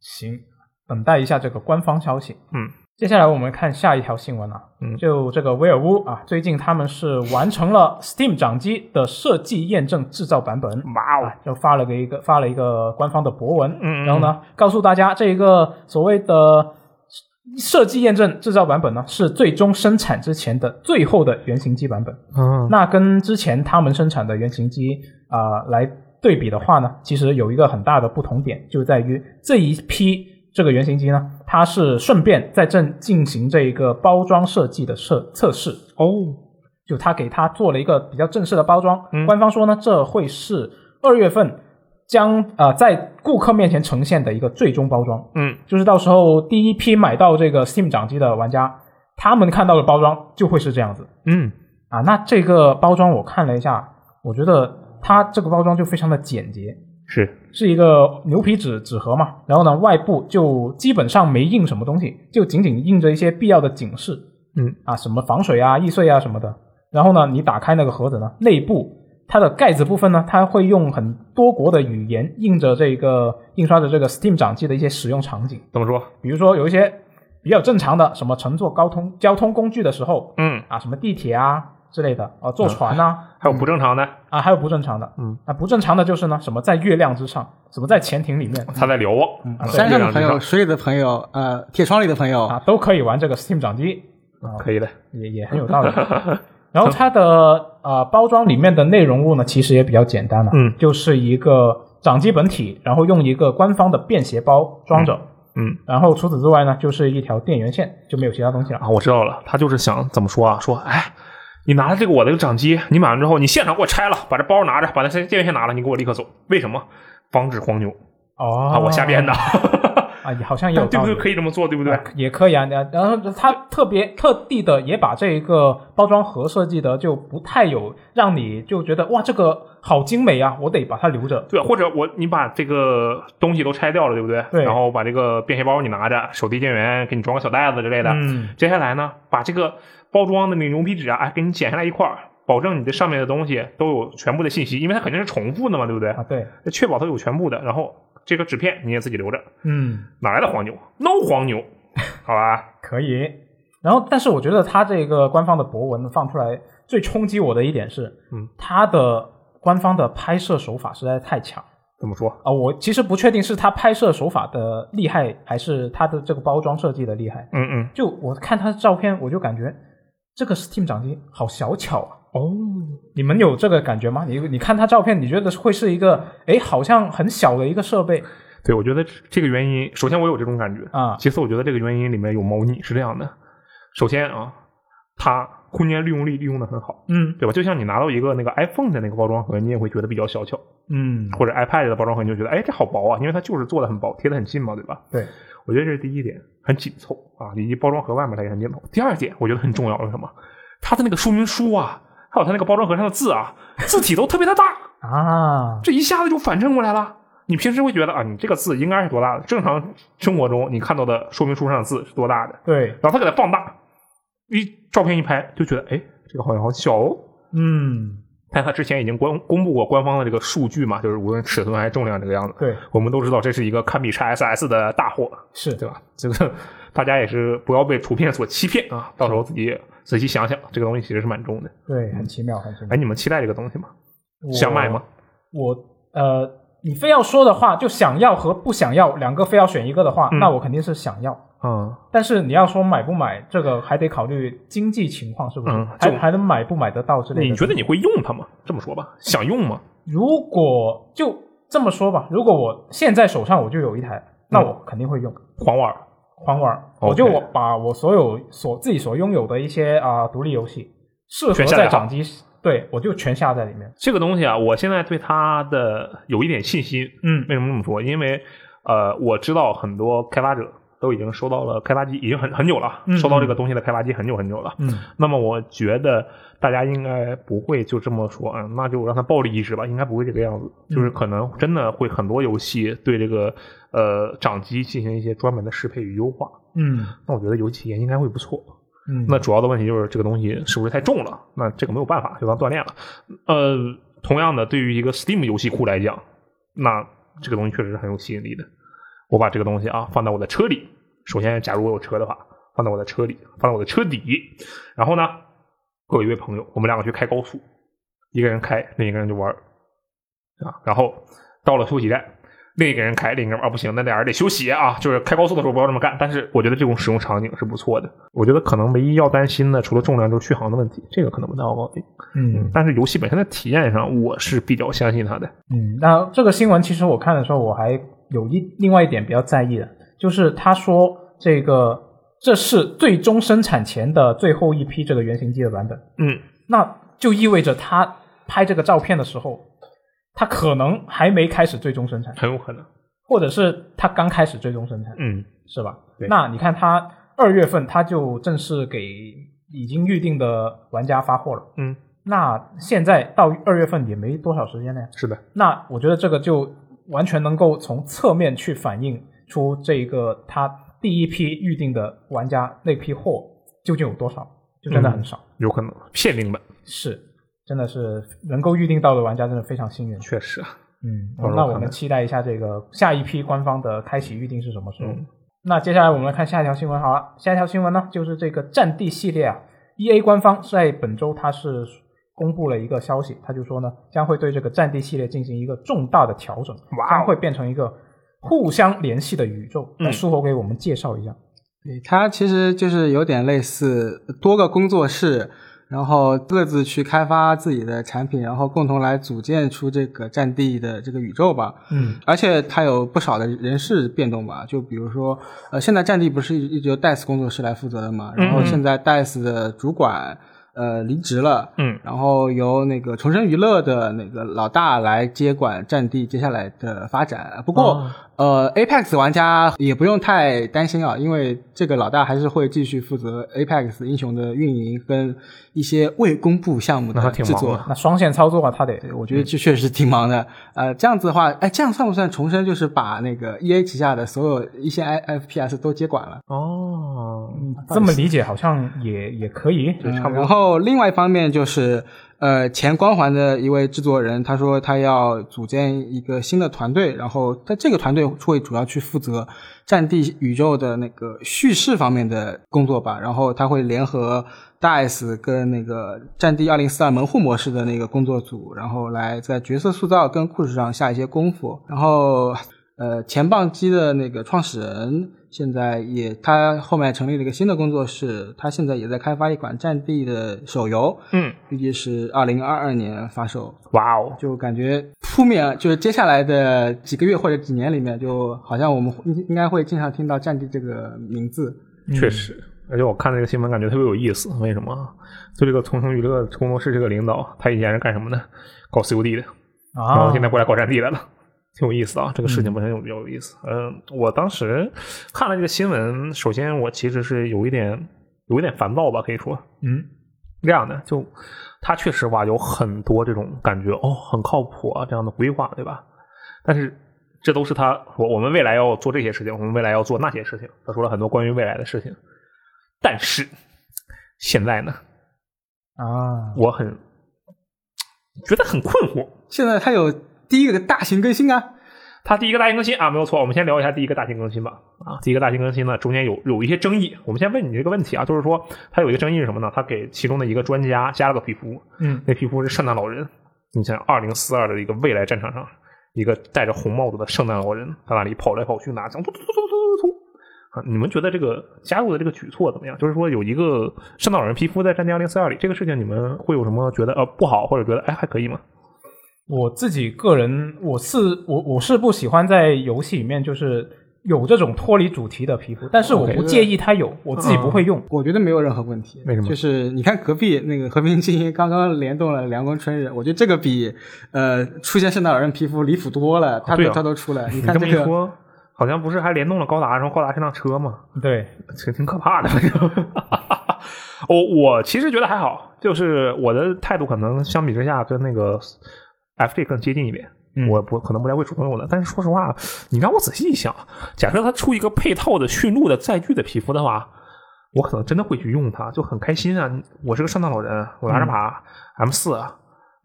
行，等待一下这个官方消息。嗯，接下来我们看下一条新闻啊，嗯就这个威尔乌啊，最近他们是完成了 Steam 掌机的设计验证制造版本。哇哦啊，，就发了个一个发了一个官方的博文，嗯嗯然后呢，告诉大家这一个所谓的设计验证制造版本呢，是最终生产之前的最后的原型机版本。嗯，那跟之前他们生产的原型机啊、来对比的话呢，其实有一个很大的不同点，就在于这一批这个原型机呢，它是顺便在正进行这一个包装设计的测测试。哦，就他给他做了一个比较正式的包装。嗯官方说呢，这会是二月份将呃在顾客面前呈现的一个最终包装，嗯，就是到时候第一批买到这个 Steam 掌机的玩家，他们看到的包装就会是这样子嗯，啊。那这个包装我看了一下，我觉得它这个包装就非常的简洁。是，是一个牛皮纸纸盒嘛，然后呢，外部就基本上没印什么东西，就仅仅印着一些必要的警示，嗯啊，什么防水啊、易碎啊什么的。然后呢，你打开那个盒子呢，内部它的盖子部分呢，它会用很多国的语言印着这个印刷着这个 Steam 掌机的一些使用场景，怎么说？比如说有一些比较正常的什么乘坐高通交通工具的时候嗯，啊，什么地铁啊之类的，啊，坐船呐、还有不正常的，啊，还有不正常的，嗯，啊，不正常的就是呢，什么在月亮之上，什么在潜艇里面他在聊我，嗯啊山上的朋，月亮友、之水里的朋友、呃，铁窗里的朋友，啊，都可以玩这个 Steam 掌机，可以的，也也很有 道理。然后它的呃包装里面的内容物呢，其实也比较简单了、嗯就是一个掌机本体，然后用一个官方的便携包装着，嗯。然后除此之外呢，就是一条电源线，就没有其他东西了。啊，我知道了，他就是想怎么说啊？说，哎，你拿着这个我的掌机，你买完之后，你现场给我拆了，把这包拿着，把那些电源线拿了，你给我立刻走。为什么？防止黄牛哦啊！我瞎编的， 啊，也好像也有但对道不理，对？可以这么做，对不对啊？也可以啊。然然后它特别特地的也把这一个包装盒设计的就不太有让你就觉得哇这个好精美啊，我得把它留着。对，或者我你把这个东西都拆掉了，对不对？对然后把这个便携包你拿着，手提电源给你装个小袋子之类的。嗯，接下来呢，把这个包装的那个牛皮纸啊，哎，给你剪下来一块儿，保证你这上面的东西都有全部的信息，因为它肯定是重复的嘛，对不对？啊对，确保它有全部的。然后这个纸片你也自己留着，嗯。哪来的黄牛？No 黄牛，好吧？可以。然后，但是我觉得他这个官方的博文放出来，最冲击我的一点是，嗯，他的官方的拍摄手法实在是太强怎么说？啊、我其实不确定是他拍摄手法的厉害，还是他的这个包装设计的厉害。嗯嗯，就我看他的照片，我就感觉这个 Steam 掌机好小巧啊！哦，你们有这个感觉吗？你你看他照片，你觉得会是一个哎，好像很小的一个设备对，我觉得这个原因，首先我有这种感觉，啊？其次我觉得这个原因里面有猫腻，是这样的。首先啊，它空间利用率利用的很好，嗯对吧？就像你拿到一个那个 iPhone 的那个包装盒，你也会觉得比较小巧，嗯，或者 iPad 的包装盒，你就觉得哎这好薄啊，因为它就是做的很薄，贴的很近嘛，对吧？对，我觉得这是第一点，很紧凑啊，以及包装盒外面它也很紧凑。第二点，我觉得很重要的是什么？它的那个说明书啊，还有它那个包装盒上的字啊，字体都特别的大。啊，这一下子就反衬过来了。你平时会觉得啊，你这个字应该是多大的？正常生活中你看到的说明书上的字是多大的？对，然后他给它放大，一照片一拍就觉得，哎，这个好像好小哦。嗯，但他之前已经官公布过官方的这个数据嘛，就是无论尺寸还是重量这个样子。对，我们都知道这是一个堪比 XSS 的大货，是对吧？这个大家也是不要被图片所欺骗啊！到时候自己仔细想想，这个东西其实是蛮重的。对，很奇妙，很奇妙哎，。你们期待这个东西吗？我哎想买吗？？我呃，你非要说的话，就想要和不想要两个非要选一个的话，嗯那我肯定是想要。嗯，但是你要说买不买，这个还得考虑经济情况是不是，嗯还就还能买不买得到之类的。你觉得你会用它吗？这么说吧，想用吗？如果就这么说吧，如果我现在手上我就有一台，那我肯定会用狂玩儿，狂玩儿。嗯 OK 我就我把我所有所自己所拥有的一些啊、独立游戏，适合全下载在好掌机，对我就全下在里面。这个东西啊，我现在对它的有一点信心。嗯为什么这么说？因为呃，我知道很多开发者都已经收到了开发机，已经很很久了，嗯收到这个东西的开发机很久很久了。嗯，那么我觉得大家应该不会就这么说，嗯，那就让它暴力移植吧，应该不会这个样子。就是可能真的会很多游戏对这个呃掌机进行一些专门的适配与优化。嗯那我觉得游戏体验应该会不错。嗯那主要的问题就是这个东西是不是太重了？那这个没有办法，就当锻炼了。呃，同样的，对于一个 Steam 游戏库来讲，那这个东西确实是很有吸引力的。我把这个东西啊放到我的车里，首先，假如我有车的话，放到我的车里，放到我的车底。然后呢，我有一位朋友，我们两个去开高速，一个人开，另一个人就玩儿啊。然后到了休息站，另一个人开，另一个人啊不行，那俩人得休息啊。就是开高速的时候不要这么干。但是我觉得这种使用场景是不错的。我觉得可能唯一要担心的，除了重量就是续航的问题，这个可能不大有毛病。嗯但是游戏本身的体验上，我是比较相信它的。嗯，那这个新闻其实我看的时候，我还有一另外一点比较在意的，就是他说这个这是最终生产前的最后一批这个原型机的版本，嗯，那就意味着他拍这个照片的时候，他可能还没开始最终生产，很有可能。或者是他刚开始最终生产，嗯，是吧？对那你看他二月份他就正式给已经预定的玩家发货了，嗯，那现在到二月份也没多少时间了呀。是的。那我觉得这个就完全能够从侧面去反映出这一个他第一批预定的玩家那批货究竟有多少，就嗯真的很少，有可能限定版，是真的是能够预定到的玩家真的非常幸运。确实啊。嗯，到时候那我看们看期待一下这个下一批官方的开启预定是什么时候。嗯那接下来我们来看下一条新闻好了，下一条新闻呢就是这个《战地》系列啊，E A 官方在本周它是公布了一个消息，他就说呢将会对这个《战地》系列进行一个重大的调整，哇哦将会变成一个互相联系的宇宙。嗯那苏活给我们介绍一下。对，它其实就是有点类似多个工作室，然后各自去开发自己的产品，然后共同来组建出这个战地的这个宇宙吧。嗯而且它有不少的人事变动吧，就比如说，呃，现在战地不是一直由 DICE 工作室来负责的嘛，然后嗯嗯现在 DICE 的主管呃离职了，嗯然后由那个重生娱乐的那个老大来接管战地接下来的发展。不过，哦呃，Apex 玩家也不用太担心啊，因为这个老大还是会继续负责 Apex 英雄的运营跟一些未公布项目那他的挺制忙作的。那双线操作啊，他得对，我觉得这确实挺忙的。呃，这样子的话，哎，这样算不算重生？就是把那个 E A 旗下的所有一线 I FPS 都接管了。哦，嗯这么理解，好像也也可以。对，差不嗯然多。后另外一方面就是，呃，前光环的一位制作人，他说他要组建一个新的团队，然后他这个团队会主要去负责《战地宇宙》的那个叙事方面的工作吧，然后他会联合 DICE 跟那个《战地二零四二》门户模式的那个工作组，然后来在角色塑造跟故事上下一些功夫，然后。呃，前棒机的那个创始人现在也，他后面成立了一个新的工作室，他现在也在开发一款《战地》的手游，嗯，预计是二零二二年发售。哇哦，就感觉扑面，就是接下来的几个月或者几年里面，就好像我们应应该会经常听到《战地》这个名字。确实，而且我看这个新闻感觉特别有意思。为什么啊？就这个同城娱乐工作室这个领导，他以前是干什么的？搞 COD 的，然啊后现，在过来搞战地来了。挺有意思啊，这个事情本身有比较有意思。嗯、我当时看了这个新闻，首先我其实是有一点有一点烦躁吧，可以说，嗯这样的，就它确实吧，有很多这种感觉哦，很靠谱啊，这样的规划，对吧？但是这都是他我我们未来要做这些事情，我们未来要做那些事情，他说了很多关于未来的事情。但是现在呢，啊，我很觉得很困惑。现在它有第一个大型更新啊，它第一个大型更新啊，没有错，我们先聊一下第一个大型更新吧。啊，第一个大型更新呢，中间有有一些争议。我们先问你这个问题啊，就是说它有一个争议是什么呢？它给其中的一个专家加了个皮肤，嗯那皮肤是圣诞老人。你想，二零四二的一个未来战场上，一个戴着红帽子的圣诞老人在那里跑来跑去拿枪，突突突突突突突，啊，你们觉得这个加入的这个举措怎么样？就是说有一个圣诞老人皮肤在《战地二零四二》里，这个事情你们会有什么觉得呃不好，或者觉得哎还可以吗？我自己个人，我是我我是不喜欢在游戏里面就是有这种脱离主题的皮肤，但是我不介意它有，我自己不会用。我觉得没有任何问题。为什么就是你看隔壁那个《和平精英》刚刚联动了《凉宫春日》，我觉得这个比呃出现圣诞老人皮肤离谱多了，他对都啊他都 出来。你你看这么这一个，说，好像不是还联动了高达，然后高达是辆车吗？对，挺挺可怕的。 我我其实觉得还好，就是我的态度可能相比之下跟那个 FJ 更接近一点。嗯我不可能不太会主动用的，但是说实话，你让我仔细一想，假设他出一个配套的驯鹿的载具的皮肤的话，我可能真的会去用它，就很开心啊！我是个圣诞老人，我嗯拿着把 M 四、啊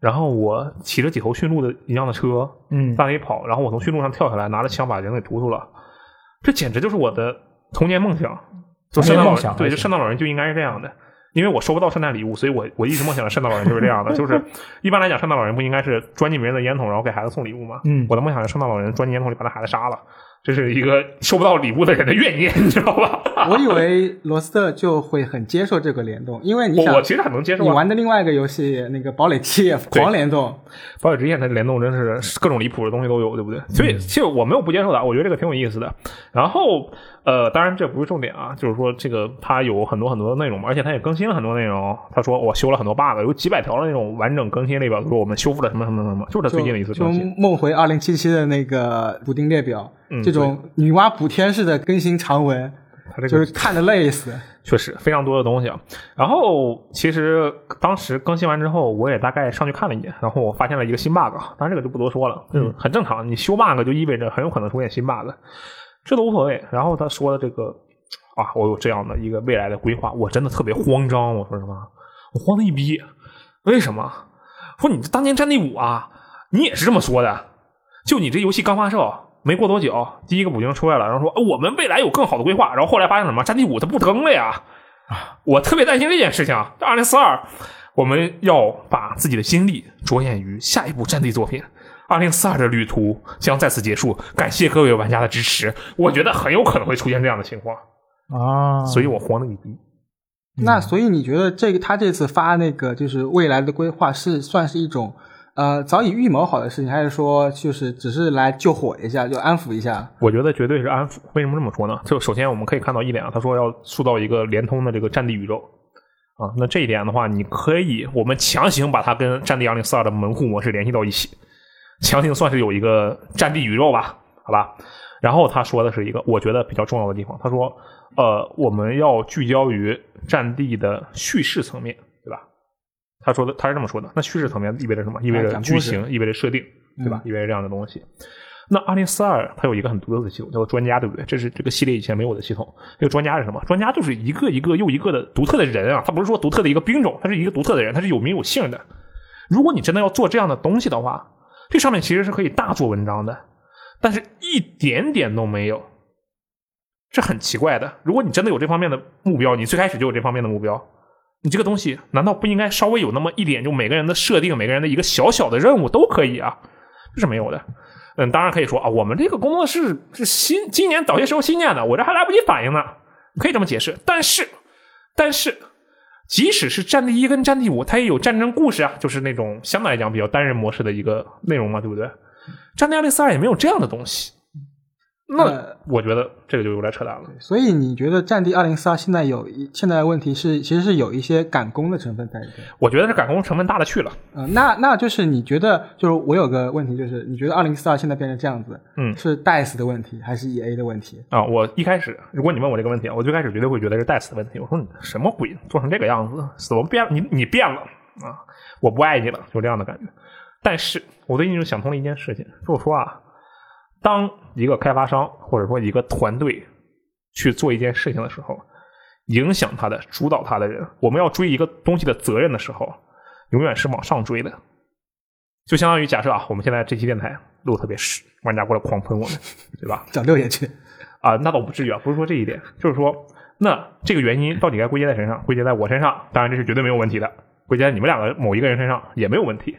然后我骑着几头驯鹿的一样的车，嗯半夜跑，然后我从驯鹿上跳下来，拿着枪把人给突突了，这简直就是我的童年梦想。就童年圣诞老梦想人，对，还就是圣诞老人就应该是这样的。因为我收不到圣诞礼物，所以我我一直梦想着圣诞老人就是这样 的，就是一般来讲，圣诞老人不应该是钻进别人的烟筒，然后给孩子送礼物吗？嗯我的梦想是圣诞老人钻进烟筒里把那孩子杀了，这是一个收不到礼物的人的怨念，你知道吧？我以为罗斯特就会很接受这个联动，因为 你我想我其实很能接受、你啊。玩的另外一个游戏那个《堡垒七》也狂联动，保守之线它联动真是各种离谱的东西都有，对不对？所嗯以其实我没有不接受的，我觉得这个挺有意思的。然后呃，当然这不是重点啊，就是说这个它有很多很多的内容嘛，而且它也更新了很多内容。他说我修了很多 bug，有几百条的那种完整更新列表，说我们修复了什么什么什么，就是它就最近的一次就更新。梦回二零七七的那个补丁列表，嗯这种女娲补天式的更新长文，它这个就是看的累死。确实非常多的东西啊。然后其实当时更新完之后，我也大概上去看了一眼，然后我发现了一个新 bug，当然这个就不多说了，嗯，很正常，你修 bug 就意味着很有可能出现新 bug，这都无所谓。然后他说的这个啊，我有这样的一个未来的规划，我真的特别慌张，我说什么，我慌的一逼，为什么？ 说你当年战地五啊，你也是这么说的，就你这游戏刚发售。没过多久，第一个补丁出来了，然后说、哦我们未来有更好的规划。然后后来发现什么？战地五它不更了呀，我特别担心这件事情。二零四二，我们要把自己的精力着眼于下一部战地作品。二零四二的旅途将在此结束，感谢各位玩家的支持。我觉得很有可能会出现这样的情况，啊，嗯所以我慌了一逼。那所以你觉得这个他这次发那个就是未来的规划是算是一种呃早已预谋好的事情，还是说就是只是来救火一下，就安抚一下？我觉得绝对是安抚。为什么这么说呢？就首先我们可以看到一点啊，他说要塑造一个联通的这个战地宇宙啊。那这一点的话，你可以我们强行把它跟《战地2042》的门户模式联系到一起，强行算是有一个战地宇宙吧，好吧。然后他说的是一个我觉得比较重要的地方，他说，呃，我们要聚焦于战地的叙事层面，对吧？他说的他是这么说的。那叙事层面意味着什么？意味啊着讲故剧事情，意味着设定，对吧？意味着这样的东西。那二零四二它有一个很独特的系统，叫做专家，对不对？这是这个系列以前没有的系统。这个专家是什么？专家就是一个一个又一个的独特的人啊，他不是说独特的一个兵种，他是一个独特的人，他是有名有姓的。如果你真的要做这样的东西的话，这上面其实是可以大做文章的，但是一点点都没有，这很奇怪的。如果你真的有这方面的目标，你最开始就有这方面的目标，你这个东西难道不应该稍微有那么一点，就每个人的设定，每个人的一个小小的任务都可以啊？这是没有的。嗯，当然可以说啊，我们这个工作室是新今年早些时候新建的，我这还来不及反应呢，可以这么解释。但是，但是，即使是《战地一》跟《战地五》，它也有战争故事啊，就是那种相对来讲比较单人模式的一个内容嘛，对不对？《战地二零四二》也没有这样的东西，那呃我觉得这个就有点扯淡了。所以你觉得《战地二零四二》现在有一现在的问题是其实是有一些赶工的成分在里面。我觉得这赶工成分大了去了。呃，那那就是你觉得就是我有个问题就是你觉得二零四二现在变成这样子，嗯是 DICE 的问题还是 EA 的问题？啊，我一开始，如果你问我这个问题，我最开始绝对会觉得是戴斯的问题。我说你什么鬼，做成这个样子，怎么变？你你变了啊！我不爱你了，就这样的感觉。但是我最近就想通了一件事情，就是说啊，当一个开发商或者说一个团队去做一件事情的时候，影响他的、主导他的人，我们要追一个东西的责任的时候，永远是往上追的。就相当于假设啊，我们现在这期电台录得特别屎，玩家过来狂喷我们，对吧？找六爷去。啊，那倒不至于啊，不是说这一点，就是说，那这个原因到底该归结在谁上？归结在我身上，当然这是绝对没有问题的；归结在你们两个某一个人身上也没有问题。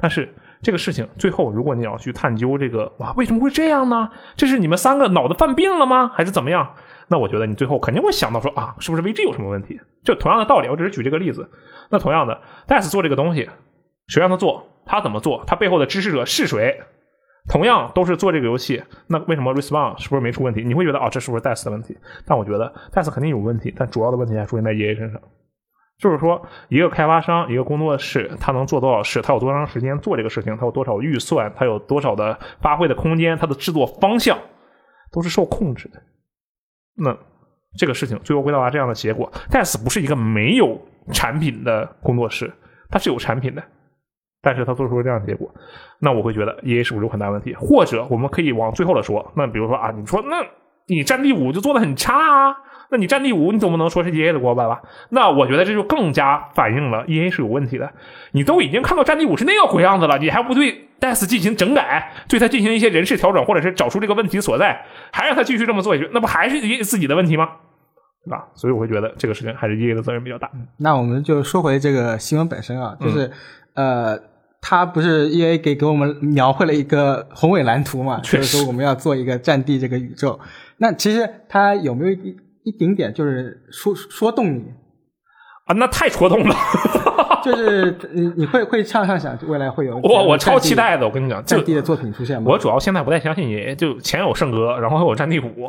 但是这个事情最后，如果你要去探究这个，哇，为什么会这样呢？这是你们三个脑子犯病了吗？还是怎么样？那我觉得你最后肯定会想到说啊，是不是 VG 有什么问题？就同样的道理，我只是举这个例子。那同样的，DAS 做这个东西，谁让他做？他怎么做？他背后的支持者是谁？同样都是做这个游戏，那为什么 Respawn 是不是没出问题？你会觉得啊、这是不是 DAS 的问题？但我觉得 DAS 肯定有问题，但主要的问题还出现在 EA 身上。就是说，一个开发商，一个工作室，他能做多少事，他有多长时间做这个事情，他有多少预算，他有多少的发挥的空间，他的制作方向都是受控制的。那这个事情最后会到达这样的结果。DICE 不是一个没有产品的工作室，它是有产品的，但是它做出了这样的结果，那我会觉得 EA 是不是有很大问题？或者我们可以往最后的说，那比如说啊，你说那你《战地五》就做的很差啊，那你《战地五》你总不能说是 EA 的锅吧吧？那我觉得这就更加反映了 EA 是有问题的。你都已经看到《战地五》是那个鬼样子了，你还不对 DICE 进行整改，对它进行一些人事调整，或者是找出这个问题所在，还让他继续这么做下去，那不还是 EA 自己的问题吗？对吧？所以我会觉得这个事情还是 EA 的责任比较大。那我们就说回这个新闻本身啊，就是、呃，他不是 E A 给给我们描绘了一个宏伟蓝图嘛，确就实是说我们要做一个战地这个宇宙。那其实他有没有一一丁点就是说说动 你，啊，那太戳痛了！就是你你会会畅畅想未来会有我我战超地期待的，我跟你讲，就战地的作品出现吗？我主要现在不太相信爷，就前有圣哥，然后后有战地五，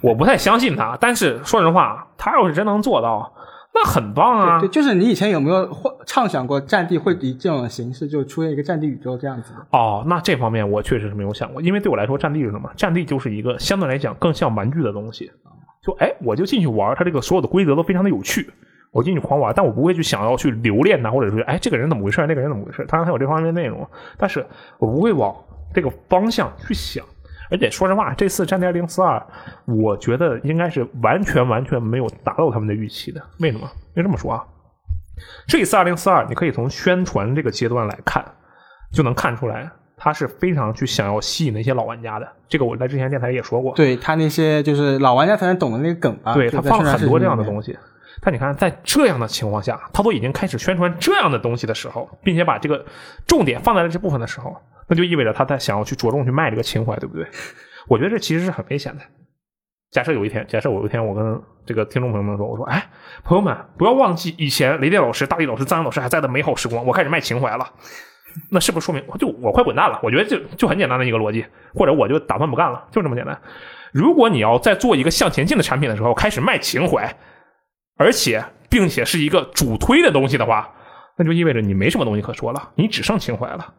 我不太相信他。但是说实话，他要是真能做到，那很棒啊对，！就是你以前有没有幻畅想过战地会以这种形式就出现一个战地宇宙这样子？哦，那这方面我确实是没有想过，因为对我来说，战地是什么？战地就是一个相对来讲更像玩具的东西。就哎，我就进去玩，它这个所有的规则都非常的有趣，我进去狂玩，但我不会去想要去留恋它，或者是哎这个人怎么回事，那个人怎么回事。当然它有这方面内容，但是我不会往这个方向去想。而且说实话，这次《战地二零四二》，我觉得应该是完全完全没有达到他们的预期的。为什么？因为这么说啊，这一次《二零四二》，你可以从宣传这个阶段来看，就能看出来，他是非常去想要吸引那些老玩家的。这个我在之前电台也说过，对他那些就是老玩家才能懂的那个梗吧？对啊就他在放宣了很传多视这频样的里面东西。但你看，在这样的情况下，他都已经开始宣传这样的东西的时候，并且把这个重点放在了这部分的时候，那就意味着他在想要去着重去卖这个情怀，对不对？我觉得这其实是很危险的。假设有一天，假设我有一天，我跟这个听众朋友们说，我说，哎，朋友们，不要忘记以前雷电老师、大力老师、张老师还在的美好时光，我开始卖情怀了。那是不是说明就我快滚蛋了？我觉得就就很简单的一个逻辑，或者我就打算不干了，就这么简单。如果你要在做一个向前进的产品的时候开始卖情怀，而且并且是一个主推的东西的话，那就意味着你没什么东西可说了，你只剩情怀了。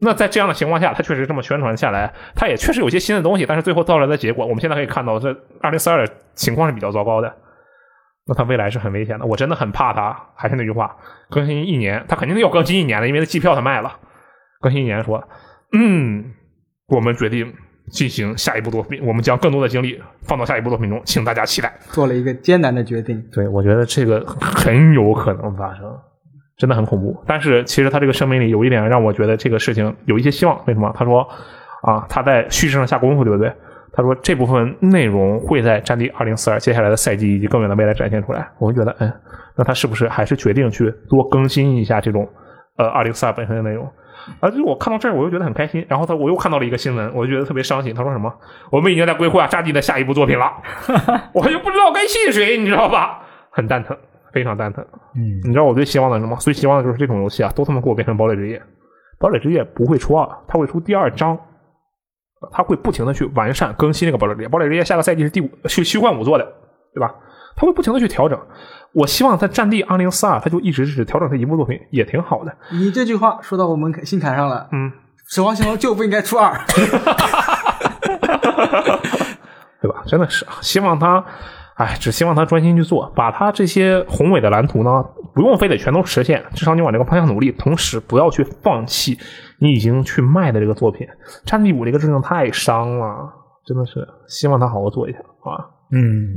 那在这样的情况下，它确实这么宣传下来，它也确实有些新的东西，但是最后到来的结果，我们现在可以看到，这二零四二的情况是比较糟糕的。那它未来是很危险的，我真的很怕它。还是那句话，更新一年，它肯定要更新一年的，因为它机票它卖了。更新一年说，嗯，我们决定进行下一部作品，我们将更多的精力放到下一部作品中，请大家期待。做了一个艰难的决定。对，我觉得这个很有可能发生，真的很恐怖。但是其实他这个声明里有一点让我觉得这个事情有一些希望。为什么？他说啊，他在叙事上下功夫，对不对？他说这部分内容会在《战地二零四二》接下来的赛季以及更远的未来展现出来。我们觉得，嗯，那他是不是还是决定去多更新一下这种呃二零四二本身的内容？而且我看到这儿，我又觉得很开心。然后他我又看到了一个新闻，我就觉得特别伤心。他说什么？我们已经在规划《战地》的下一部作品了，我就不知道该信谁，你知道吧？很蛋疼，非常蛋疼。嗯，你知道我最希望的是什么？最希望的就是这种游戏啊，都他妈给我变成堡垒之夜。堡垒之夜不会出二，它会出第二章，呃它会不停的去完善更新这个堡垒之夜。堡垒之夜下个赛季是第五是虚幻五做的，对吧？它会不停的去调整。我希望在《战地二零四二》，它就一直只调整这一部作品，也挺好的。你这句话说到我们心坎上了。嗯， 《守望先锋》就不应该出二。对吧？真的是，啊希望他，哎，只希望他专心去做，把他这些宏伟的蓝图呢，不用非得全都实现，至少你往这个方向努力，同时不要去放弃你已经去卖的这个作品。战地五这个事情太伤了，真的是，希望他好好做一下啊。嗯，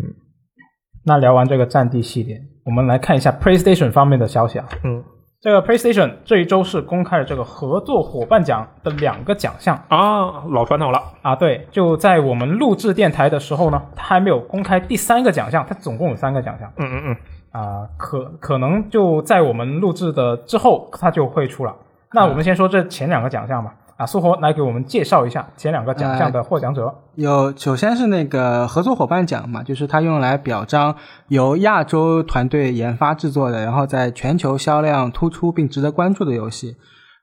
那聊完这个战地系列，我们来看一下 PlayStation 方面的消息啊。嗯，这个 PlayStation 这一周是公开了这个合作伙伴奖的两个奖项啊，老传统了，啊。对，就在我们录制电台的时候呢，它还没有公开第三个奖项，它总共有三个奖项嗯嗯嗯，啊、可可能就在我们录制的之后，它就会出了。那嗯我们先说这前两个奖项吧。啊，苏活来给我们介绍一下前两个奖哎项的获奖者。有，首先是那个合作伙伴奖嘛，就是它用来表彰由亚洲团队研发制作的，然后在全球销量突出并值得关注的游戏。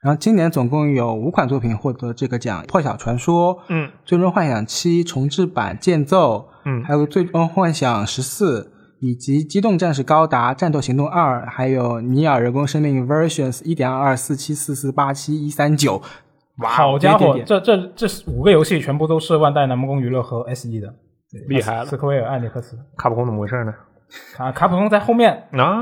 然后今年总共有五款作品获得这个奖，《破晓传说》、《嗯最终幻想七重置版剑奏》，嗯，还有《最终幻想十四》，以及《机动战士高达：战斗行动二》，还有《尼尔：人工生命 Versions 一点二四七四四八七一三九》。好家伙，点点这这这五个游戏全部都是万代南梦宫娱乐和 SE 的，厉害了斯科威尔艾尼克斯。卡普空怎么回事呢？卡卡普空在后面，啊，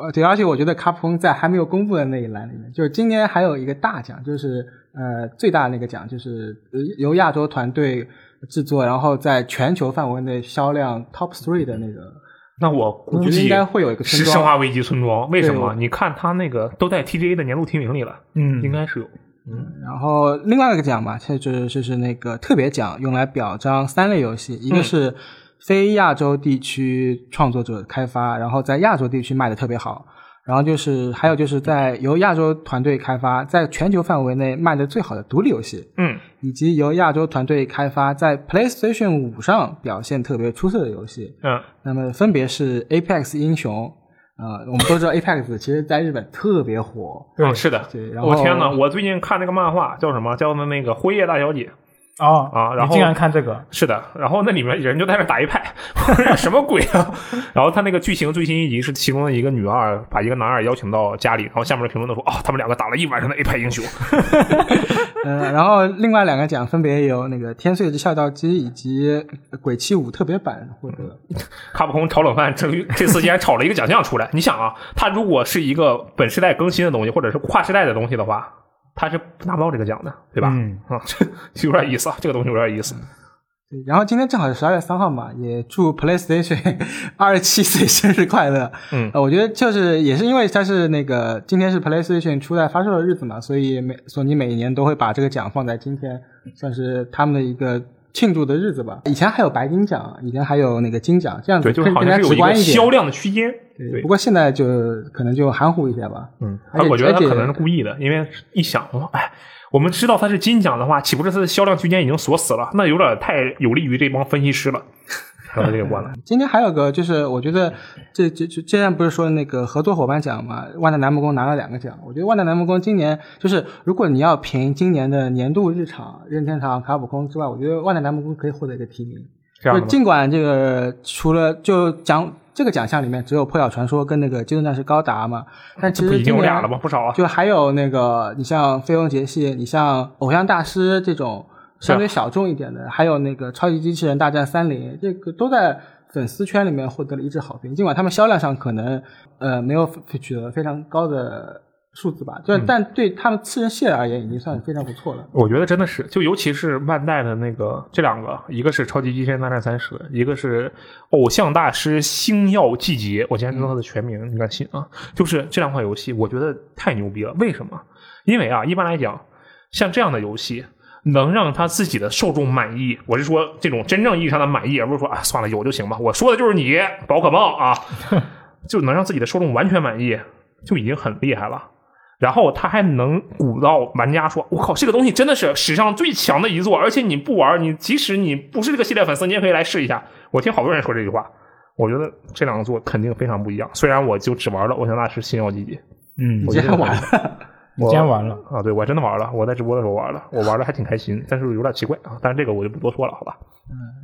呃，对，而且我觉得卡普空在还没有公布的那一栏里面，就是今年还有一个大奖，就是呃最大的那个奖，就是呃由亚洲团队制作，然后在全球范围内销量 top three 的那个，那我我估觉得计应该会有一个是村《生庄。化危机》村庄，为什对么？我你看他那个都在 TGA 的年度提名里了，嗯应该是有。然后另外一个奖嘛，这就是就是那个特别奖，用来表彰三类游戏，一个是非亚洲地区创作者开发，然后在亚洲地区卖的特别好。然后就是，还有就是在由亚洲团队开发，在全球范围内卖的最好的独立游戏，嗯，以及由亚洲团队开发在 PlayStation 五上表现特别出色的游戏。嗯，那么分别是 Apex 英雄，呃，我们都知道 Apex 其实在日本特别火。对啊是的。对，然后我天呐，我最近看那个漫画叫什么？叫那那个《辉夜大小姐》。哦啊然后你竟然看这个，是的，然后那里面人就在那打一派， 我说什么鬼啊？ 然后他那个剧情最新一集是其中的一个女二把一个男二邀请到家里，然后下面的评论都说哦，他们两个打了一晚上的 A 派英雄。呃，然后另外两个奖分别有那个《天穗之孝道机》以及《鬼泣五特别版》获得。卡普空炒冷饭，这这次竟然炒了一个奖项出来。你想啊，它如果是一个本时代更新的东西，或者是跨时代的东西的话，它是拿不到这个奖的，对吧？嗯啊， 这有点意思啊，这个东西有点意思。嗯对然后今天正好是十二月三号嘛，也祝 PlayStation 二十七岁生日快乐。嗯呃，我觉得就是也是因为它是那个今天是 PlayStation 初代发售的日子嘛，所以每索尼每年都会把这个奖放在今天，算是他们的一个庆祝的日子吧。以前还有白金奖，以前还有那个金奖，这样子对，就会是好更像加是有直一个观一点。销量的区间。对不，过现在就可能就含糊一些吧。嗯，而且我觉得他而且可能是故意的，因为一想，哎，我们知道他是金奖的话，岂不是他的销量区间已经锁死了？那有点太有利于这帮分析师了， 然后他就给关了。今天还有个就是，我觉得这这这之前不是说那个合作伙伴奖嘛，万代南梦宫拿了两个奖。我觉得万代南梦宫今年就是，如果你要评今年的年度日常任天堂、卡普空之外，我觉得万代南梦宫可以获得一个提名。这样就的吗尽管这个除了就奖这个奖项里面只有《破晓传说》跟那个《机动战士高达》嘛，但其不实已经今有年俩了吗？不少啊。就还有那个，你像《飞龙杰系》，你像《偶像大师》这种相对小众一点的，还有那个《超级机器人大战三零》，这个都在粉丝圈里面获得了一致好评。尽管他们销量上可能呃没有取得非常高的数字吧，嗯就是、但对他们次人系列而言，已经算是非常不错了。我觉得真的是，就尤其是万代的那个这两个，一个是《超级机器人大战三十》，一个是《偶像大师星耀季节》，我竟然知道它的全名，你敢信啊？就是这两款游戏，我觉得太牛逼了。为什么？因为啊，一般来讲，像这样的游戏。能让他自己的受众满意，我是说这种真正意义上的满意，而不是说啊算了有就行吧。我说的就是你宝可梦啊，就能让自己的受众完全满意，就已经很厉害了。然后他还能鼓到玩家说：“我靠，这个东西真的是史上最强的一座，而且你不玩，你即使你不是这个系列粉丝，你也可以来试一下。”我听好多人说这句话， 我觉得这两个座肯定非常不一样。虽然我就只玩了《偶像大师》《星耀季节》，嗯你我竟觉得然玩了，你竟然玩了，啊，对我真的玩了，我在直播的时候玩了，我玩的还挺开心，但是有点奇怪啊。但是这个我就不多说了，好吧？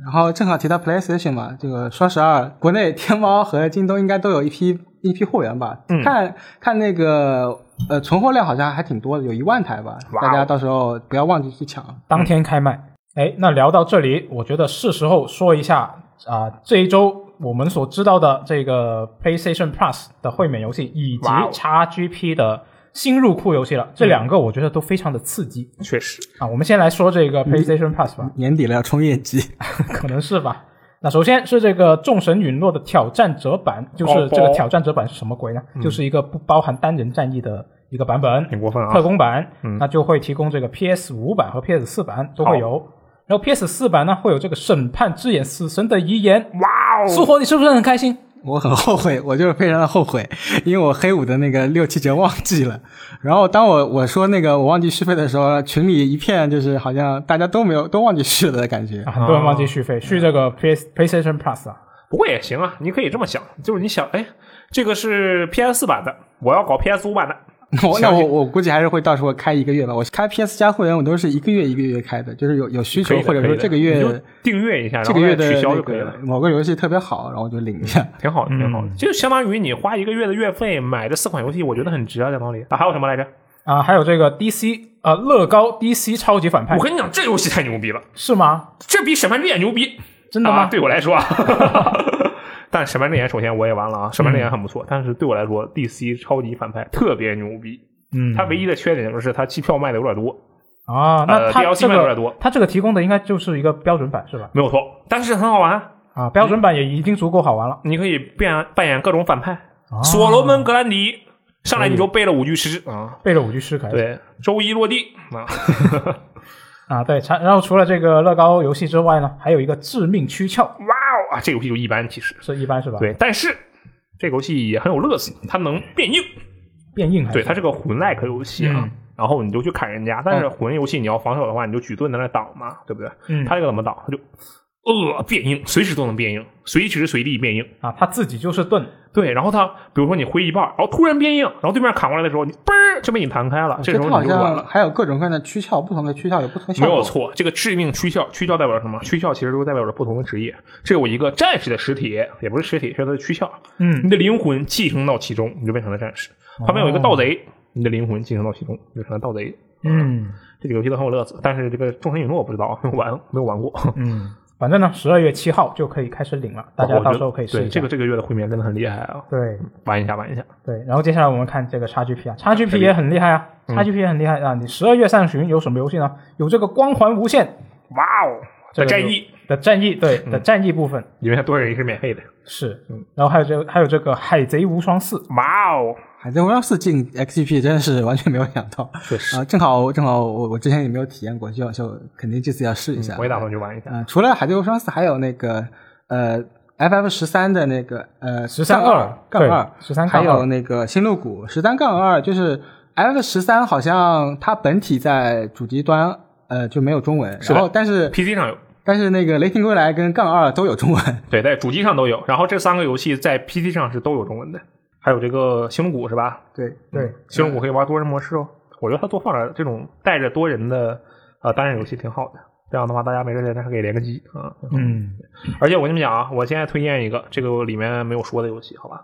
然后正好提到 PlayStation 嘛，这个双十二，国内天猫和京东应该都有一批一批货源吧？嗯看看那个呃存货量好像还挺多的，有一万台吧，哇哦大家到时候不要忘记去抢。当嗯天开卖。哎，那聊到这里，我觉得是时候说一下啊、这一周我们所知道的这个 PlayStation Plus 的会免游戏以及哇哦嗯 XGP 的新入库游戏了，这两个我觉得都非常的刺激确实，啊。我们先来说这嗯个 PlayStation Plus 吧。年底了要冲业绩， 可能是吧。那首先是这个《众神陨落》的挑战者版，就是这包个包挑战者版是什么鬼呢？嗯就是一个不包含单人战役的一个版本，挺过分啊特工版，那就会提供这个 PS 五版和 PS 四版都会有。然后 PS 四版呢会有这个审判之眼死神的遗言。 哇哦苏活，你是不是很开心？我很后悔，我就是非常的后悔，因为我黑五的那个六七折忘记了。然后当我我说那个我忘记续费的时候，群里一片就是好像大家都没有都忘记续了的感觉啊。很多人忘记续嗯费，续这个 PS PlayStation Plus 啊，不过也行啊，你可以这么想，就是你想，哎，这个是 PS 版的，我要搞 PS 五版的， 我那我我估计还是会到时候开一个月吧。我开 PS 加会员，我都是一个月一个月开的，就是有有需可以的求或者可以说的这个你就月订阅一下，这个然月后再的取消那就可以了个。某个游戏特别好，然后我就领一下。挺好的，挺好的，嗯就相当于你花一个月的月费买这四款游戏，我觉得很值啊，讲道理啊。还有什么来着？啊，还有这个 DC 呃乐高 DC 超级反派我跟你讲，这游戏太牛逼了，是吗？这比《审判之眼》牛逼，真的吗？啊对我来说，啊， 但《审判之眼》首先我也玩了啊，《审判之嗯眼》很不错，但是对我来说，DC 超级反派特别牛逼。嗯，它唯一的缺点就是它机票卖的有点多，啊，那呃它 DLC 这卖得有点个多它这个提供的应该就是一个标准版是吧？没有错，但是很好玩。啊，标准版也已经足够好玩了。啊你可以扮扮演各种反派，啊所罗门·格兰迪上来你就背了五句诗哎啊，背了五句诗可以对，周一落地 啊，啊，对，查然后除了这个乐高游戏之外呢，还有一个致命躯壳，哇哦啊，这游戏就一般其实是一般是吧？，对，但是这个游戏也很有乐子，它能变硬，变硬还对，是它是个魂 like 游戏啊。然后你就去砍人家，但是魂游戏你要防守的话，你就举盾在那挡嘛，对不对？嗯它这个怎么挡？它就呃变硬，随时都能变硬，随时随地变硬。啊，它自己就是盾对，然后它比如说你挥一半，然后突然变硬，然后对面砍过来的时候，你嘣儿就被你弹开了，这时它候好你就完像了。还有各种各样的躯壳，不同的躯壳有不同的效没果。有错，这个致命躯壳，躯壳代表着什么？躯壳其实都代表着不同的职业。这有一个战士的实体，也不是实体，是他的躯壳。嗯你的灵魂寄生到其中，你就变成了战士。哦旁边有一个盗贼，你的灵魂寄生到其中，你就成了盗贼。嗯这几个游戏都很有乐子，但是这个《众神陨落》我不知道 啊，没有玩，没有玩过。嗯，反正呢，十二月七号就可以开始领了，大家我觉到得时候可以试对一下。哦这个这个月的会面真的很厉害啊，对玩一下玩一下。对，然后接下来我们看这个 XGP 啊，XGP 也很厉害啊，XGP 也很厉害啊。你十二月上旬有什么游戏呢？有这个《光环无限》哇哦，这这个战役，的战役，对的战役部分因为它多人也是免费的。是，然后还有这个还有这个《海贼无双四》哇哦，海贼无双四进 XGP 真的是完全没有想到，确实啊、正好正好我我之前也没有体验过，就就肯定这次要试啊一下。我也打算去玩一下。嗯、除了海贼无双四，还有那个呃 FF 十三的那个呃13二杠二对13杠二还有那个新露谷十三杠二，就是 FF 十三好像它本体在主机端呃就没有中文，是的然后但是 PC 上有，但是那个雷霆归来跟杠二都有中文，对，在主机上都有。然后这三个游戏在 PC 上是都有中文的，还有这个《星露谷》是吧？对。对，星露谷可以玩多人模式哦。我觉得它多放点这种带着多人的呃单人游戏挺好的。这样的话，大家没事在那还可以连个机啊。嗯，而且我跟你们讲啊，我现在推荐一个这个里面没有说的游戏，好吧？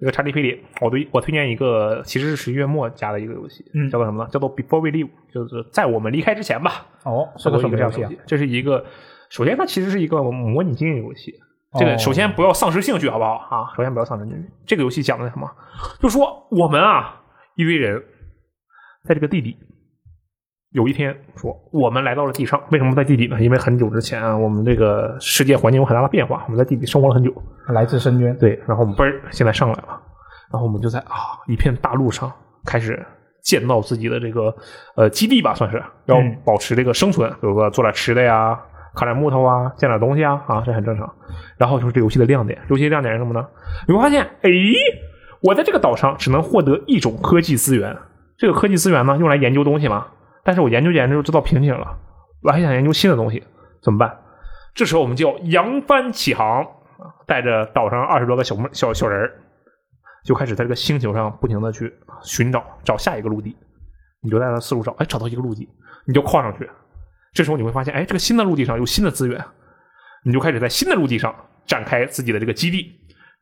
这个 XGP 里，我对我推荐一个，其实是十一月末加的一个游戏，嗯叫做什么呢？叫做 Before We Leave，就是在我们离开之前吧。哦，是个什么游戏啊？？这是一个，首先它其实是一个模拟经营游戏。这个哦首先不要丧失兴趣，好不好啊？首先不要丧失兴趣。这个游戏讲的是什么？就说我们啊，一堆人在这个地底，有一天说我们来到了地上。为什么在地底呢？因为很久之前啊，我们这个世界环境有很大的变化，我们在地底生活了很久。来自深渊，对，然后我们嘣儿现在上来了，然后我们就在啊一片大陆上开始建造自己的这个呃基地吧，算是要嗯保持这个生存，比如说做点吃的呀，砍点木头啊，建点东西啊，啊这很正常。然后就是这游戏的亮点，游戏的亮点是什么呢？你会发现，哎，我在这个岛上只能获得一种科技资源，这个科技资源呢用来研究东西嘛，但是我研究研究就到瓶颈了，我还想研究新的东西，怎么办？这时候我们就要扬帆起航，啊带着岛上二十多个小木小小人儿，就开始在这个星球上不停的去寻找，找下一个陆地。你就在那四处找，哎，找到一个陆地，你就跨上去。这时候你会发现，哎，这个新的陆地上有新的资源，你就开始在新的陆地上展开自哎己的这个基地。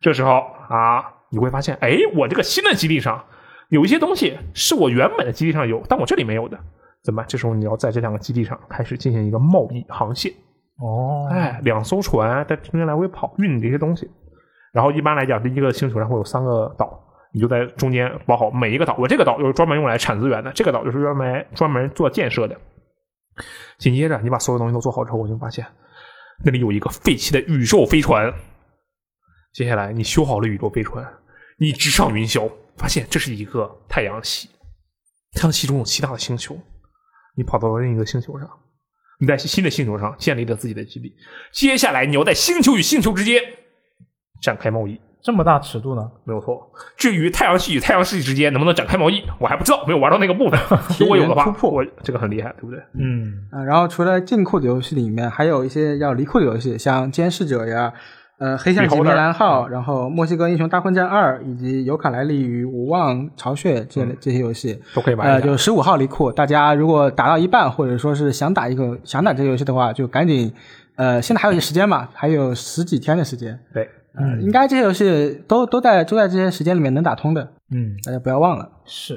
这时候啊，你会发现，哎，我这个新的基地上有一些东西是我原本的基地上有，但我这里没有的，怎么办？这时候你要在这两个基地上开始进行一个贸易航线。哦，哎，两艘船在中间来回跑，运你这些东西。然后一般来讲，这一个星球上会有三个岛，你就在中间包好每一个岛。我这个岛就是专门用来产资源的，这个岛就是专门专门做建设的。紧接着，你把所有东西都做好之后，我就发现那里有一个废弃的宇宙飞船。接下来，你修好了宇宙飞船，你直上云霄，发现这是一个太阳系，太阳系中有其他的星球。你跑到了另一个星球上，你在新的星球上建立了自己的基地。接下来，你要在星球与星球之间展开贸易，这么大尺度呢？没有错。至于太阳系与太阳系之间能不能展开贸易，我还不知道，没有玩到那个部 分。如果有的话突，破我这个很厉害，对不对？嗯，啊，然后除了近库的游戏里面，还有一些要离库的游戏，像《监视者》呀，呃，《黑象级李梅侯兰号》，然后《墨西哥英雄大混战二》，以及《尤卡莱利与无望巢穴》这类、这些游戏。都可以玩一呃，下。就十五号离库，大家如果打到一半，或者说是想打一个想打这个游戏的话，就赶紧，呃，现在还有一些时间嘛，还有十几天的时间，对，嗯，应该这些游戏都都在都在这些时间里面能打通的，嗯，大家不要忘了。是。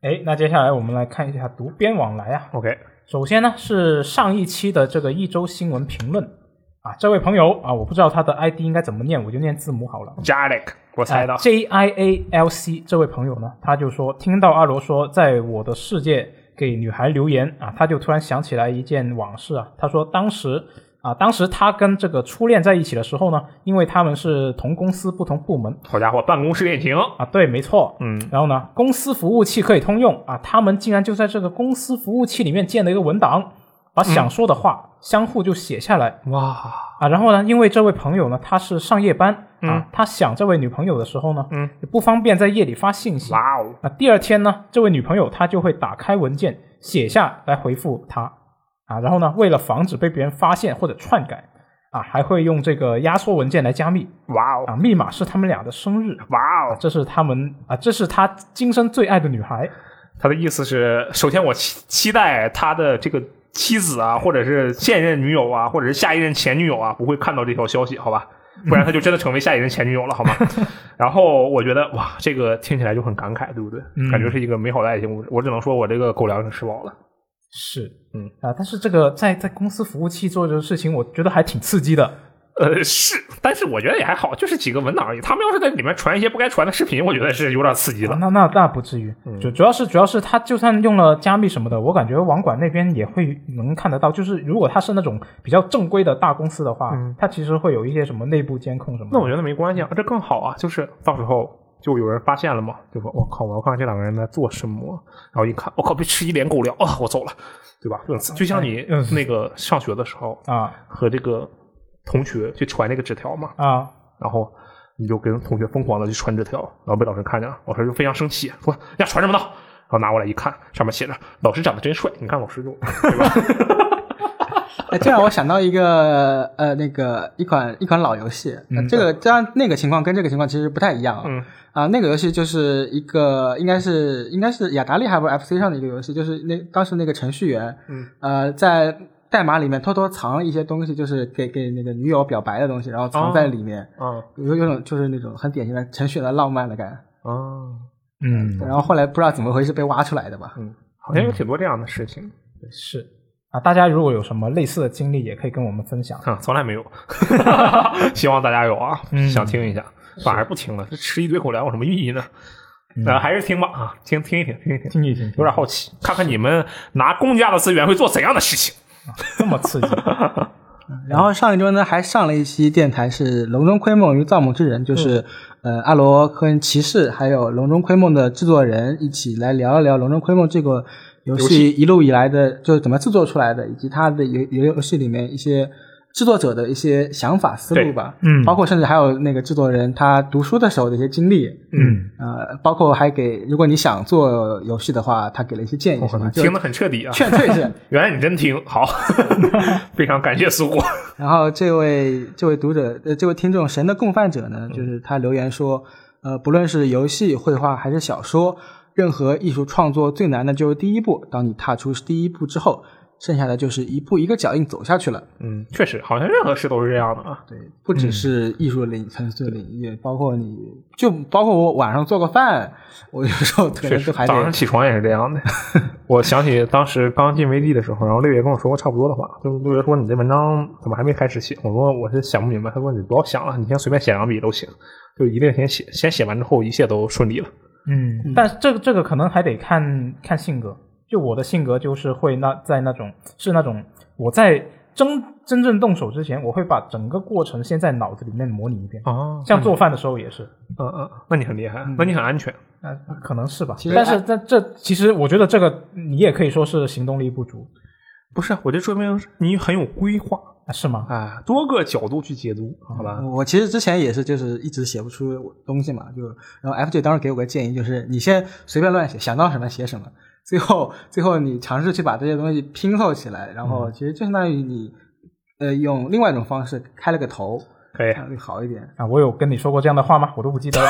哎，那接下来我们来看一下读编往来啊。 OK，首先呢是上一期的这个一周新闻评论啊，这位朋友啊，我不知道他的 ID 应该怎么念，我就念字母好了。啊 j a l e k 我猜的。 J I A L C 这位朋友呢，他就说听到阿罗说在我的世界给女孩留言啊，他就突然想起来一件往事啊。他说当时啊，当时他跟这个初恋在一起的时候呢，因为他们是同公司不同部门好家伙，办公室恋情，啊，对，没错，嗯，然后呢，公司服务器可以通用啊，他们竟然就在这个公司服务器里面建了一个文档，把想说的话、相互就写下来嗯哇，啊。然后呢，因为这位朋友呢，他是上夜班啊，他想这位女朋友的时候呢，嗯，不方便在夜里发信息。哇哦，那第二天呢，这位女朋友她就会打开文件写下来回复他啊，然后呢，为了防止被别人发现或者篡改啊，还会用这个压缩文件来加密哇哦，啊，密码是他们俩的生日。哇哦，这是他们啊，这是他今生最爱的女孩。他的意思是，首先我期期待他的这个妻子啊，或者是现任女友啊，或者是下一任前女友啊，不会看到这条消息， 好吧？不然他就真的成为下一任前女友了， 好吗？然后我觉得哇，这个听起来就很感慨，对不对？感觉是一个美好的爱情故事。我只能说我这个狗粮是吃饱了。是，嗯啊，但是这个在在公司服务器做这个事情，我觉得还挺刺激的。呃，是，但是我觉得也还好，就是几个文档而已。他们要是在里面传一些不该传的视频，我觉得是有点刺激啊了。那那那不至于，主主要是主要是他就算用了加密什么的，我感觉网管那边也会能看得到。就是如果他是那种比较正规的大公司的话，他其实会有一些什么内部监控什么的。那我觉得没关系啊，这更好啊，就是到时候就有人发现了嘛，就说我靠，我要看这两个人在做什么，然后一看，我靠，被吃一脸狗粮啊、我走了，对吧？这种刺就像你嗯那个上学的时候啊和这个同学去传那个纸条嘛，啊，然后你就跟同学疯狂的去传纸条，然后被老师看见了，老师就非常生气，说呀传什么呢？然后拿过来一看，上面写着“老师长得真帅”，你看老师就对吧？ 哎，这让我想到一个呃，那个一款一款老游戏，呃这个当然那个情况跟这个情况其实不太一样啊。嗯啊，那个游戏就是一个应该是应该是雅达利还不是 FC 上的一个游戏，就是那当时那个程序员，嗯，呃，在代码里面偷偷藏了一些东西，就是给给那个女友表白的东西，然后藏在里面，啊有有种就是那种很典型的程序员的浪漫的感觉。啊，嗯，然后后来不知道怎么回事被挖出来的吧。嗯，好像有挺多这样的事情。是啊，大家如果有什么类似的经历，也可以跟我们分享。哼，从来没有， 希望大家有啊，想听一下，反而不听了，这吃一堆狗粮有什么意义呢？呃，还是听吧啊，听听一听，听一听， 听一听，有点好奇，看看你们拿公家的资源会做怎样的事情。这么刺激然后上一周呢，还上了一期电台是《笼中窥梦与造梦之人》，就是、呃阿罗跟骑士还有《笼中窥梦》的制作人一起来聊一聊《笼中窥梦》这个游戏一路以来的，就是怎么制作出来的，以及它的游游游戏里面一些制作者的一些想法思路吧。嗯包括甚至还有那个制作人他读书的时候的一些经历。嗯，呃，包括还给，如果你想做游戏的话，他给了一些建议什么的，就听得很彻底啊！劝退一下。原来你真听，好， 非常感谢苏果。然后这位这位读者呃这位听众神的共犯者呢，就是他留言说，呃，不论是游戏、绘画还是小说，任何艺术创作最难的就是第一步。当你踏出第一步之后，剩下的就是一步一个脚印走下去了。嗯，确实，好像任何事都是这样的啊。对，嗯不只是艺术领层次领域，包括你就包括我晚上做个饭，我有时候可确能实，都还早上得起床也是这样 的。我想起当时刚进 VD 的时候，然后六爷跟我说过差不多的话，就是六爷说你这文章怎么还没开始写？我说我是想不明白。他说你不要想了，你先随便写两笔都行，就一定先写，先写完之后一切都顺利了。嗯，但是这个这个可能还得看看性格。就我的性格就是会那在那种是那种我在真真正动手之前，我会把整个过程先在脑子里面模拟一遍。哦像做饭的时候也是，嗯嗯，那你很厉害，那你很安全。呃，可能是吧。实但是这这其实我觉得这个你也可以说是行动力不足啊不是，我这说明你很有规划。啊是吗？啊，多个角度去解读，好吧？啊我其实之前也是，就是一直写不出东西嘛，就然后 FJ 当时给我个建议，就是你先随便乱写，想到什么写什么，最后最后你尝试去把这些东西拼凑起来，然嗯后其实就相当于你呃用另外一种方式开了个头，可以这，样会好一点。啊，我有跟你说过这样的话吗？我都不记得了。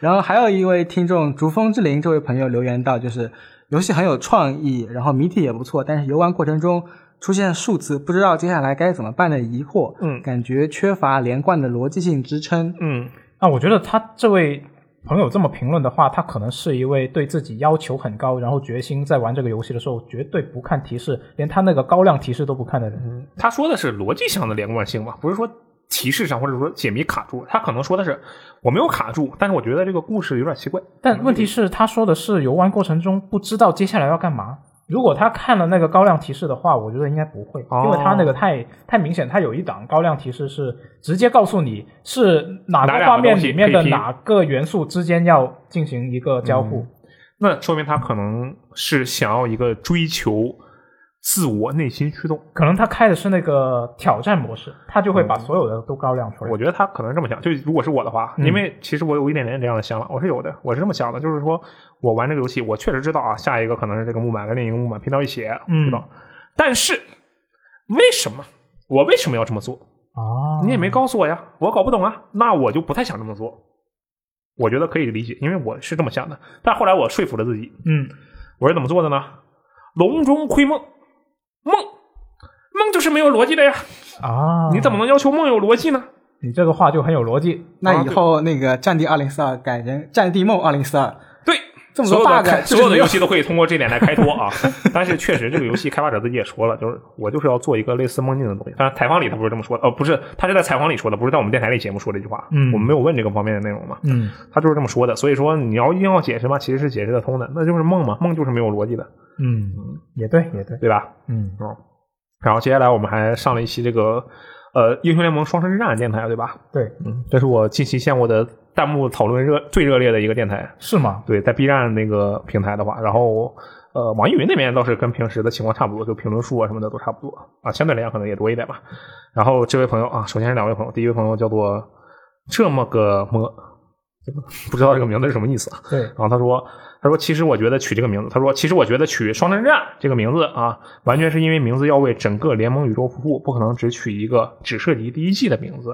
然后还有一位听众竹风之灵这位朋友留言到，就是游戏很有创意，然后谜题也不错，但是游玩过程中出现数字不知道接下来该怎么办的疑惑，嗯感觉缺乏连贯的逻辑性支撑。嗯，啊，我觉得他这位朋友这么评论的话，他可能是一位对自己要求很高，然后决心在玩这个游戏的时候绝对不看提示，连他那个高亮提示都不看的人。他说的是逻辑上的连贯性嘛，不是说提示上或者说解谜卡住，他可能说的是我没有卡住，但是我觉得这个故事有点奇怪。但问题是，他说的是游玩过程中不知道接下来要干嘛。如果他看了那个高亮提示的话，我觉得应该不会，哦因为他那个太太明显，他有一档高亮提示是直接告诉你是哪哪两个个画面东西里面可以的拼哪个元素之间要进行一个交嗯互。那说明他可能是想要一个追求自我内心驱动。可能他开的是那个挑战模式，他就会把所有的都高亮出来。我觉得他可能是这么想，就如果是我的话，嗯因为其实我有一点点这样的想法，我是有的，我是这么想的，就是说我玩这个游戏，我确实知道啊，下一个可能是这个木马跟另一个木马拼到一起，啊嗯知道，但是为什么我为什么要这么做？哦，你也没告诉我呀，我搞不懂啊，那我就不太想这么做。我觉得可以理解，因为我是这么想的。但后来我说服了自己，嗯，我是怎么做的呢？笼中窥梦，梦梦就是没有逻辑的呀，啊，你怎么能要求梦有逻辑呢？你这个话就很有逻辑啊那以后那个《战地二零四二》改成《战地梦二零四二》，对，这么所多有的 bug，开就是所有的游戏都可以通过这点来开脱啊。但是确实，这个游戏开发者自己也说了，就是我就是要做一个类似梦境的东西。当啊然，采访里他不是这么说的，哦，不是，他是在采访里说的，不是在我们电台里节目说的一句话。嗯我们没有问这个方面的内容嘛，嗯，他就是这么说的。所以说，你要硬要解释嘛，其实是解释得通的，那就是梦嘛，梦就是没有逻辑的，嗯，也对，也对，对吧？嗯嗯。然后接下来我们还上了一期这个呃《英雄联盟双城之战》的电台，对吧？对，嗯，这是我近期见过的弹幕讨论热最热烈的一个电台。是吗？对，在 B 站那个平台的话，然后呃，网易云那边倒是跟平时的情况差不多，就评论数啊什么的都差不多啊，相对来讲可能也多一点吧。然后这位朋友啊，首先是两位朋友，第一位朋友叫做这么个么，不知道这个名字是什么意思啊。对，然后他说，他说其实我觉得取这个名字，他说其实我觉得取双城战这个名字啊，完全是因为名字要为整个联盟宇宙服务，不可能只取一个只涉及第一季的名字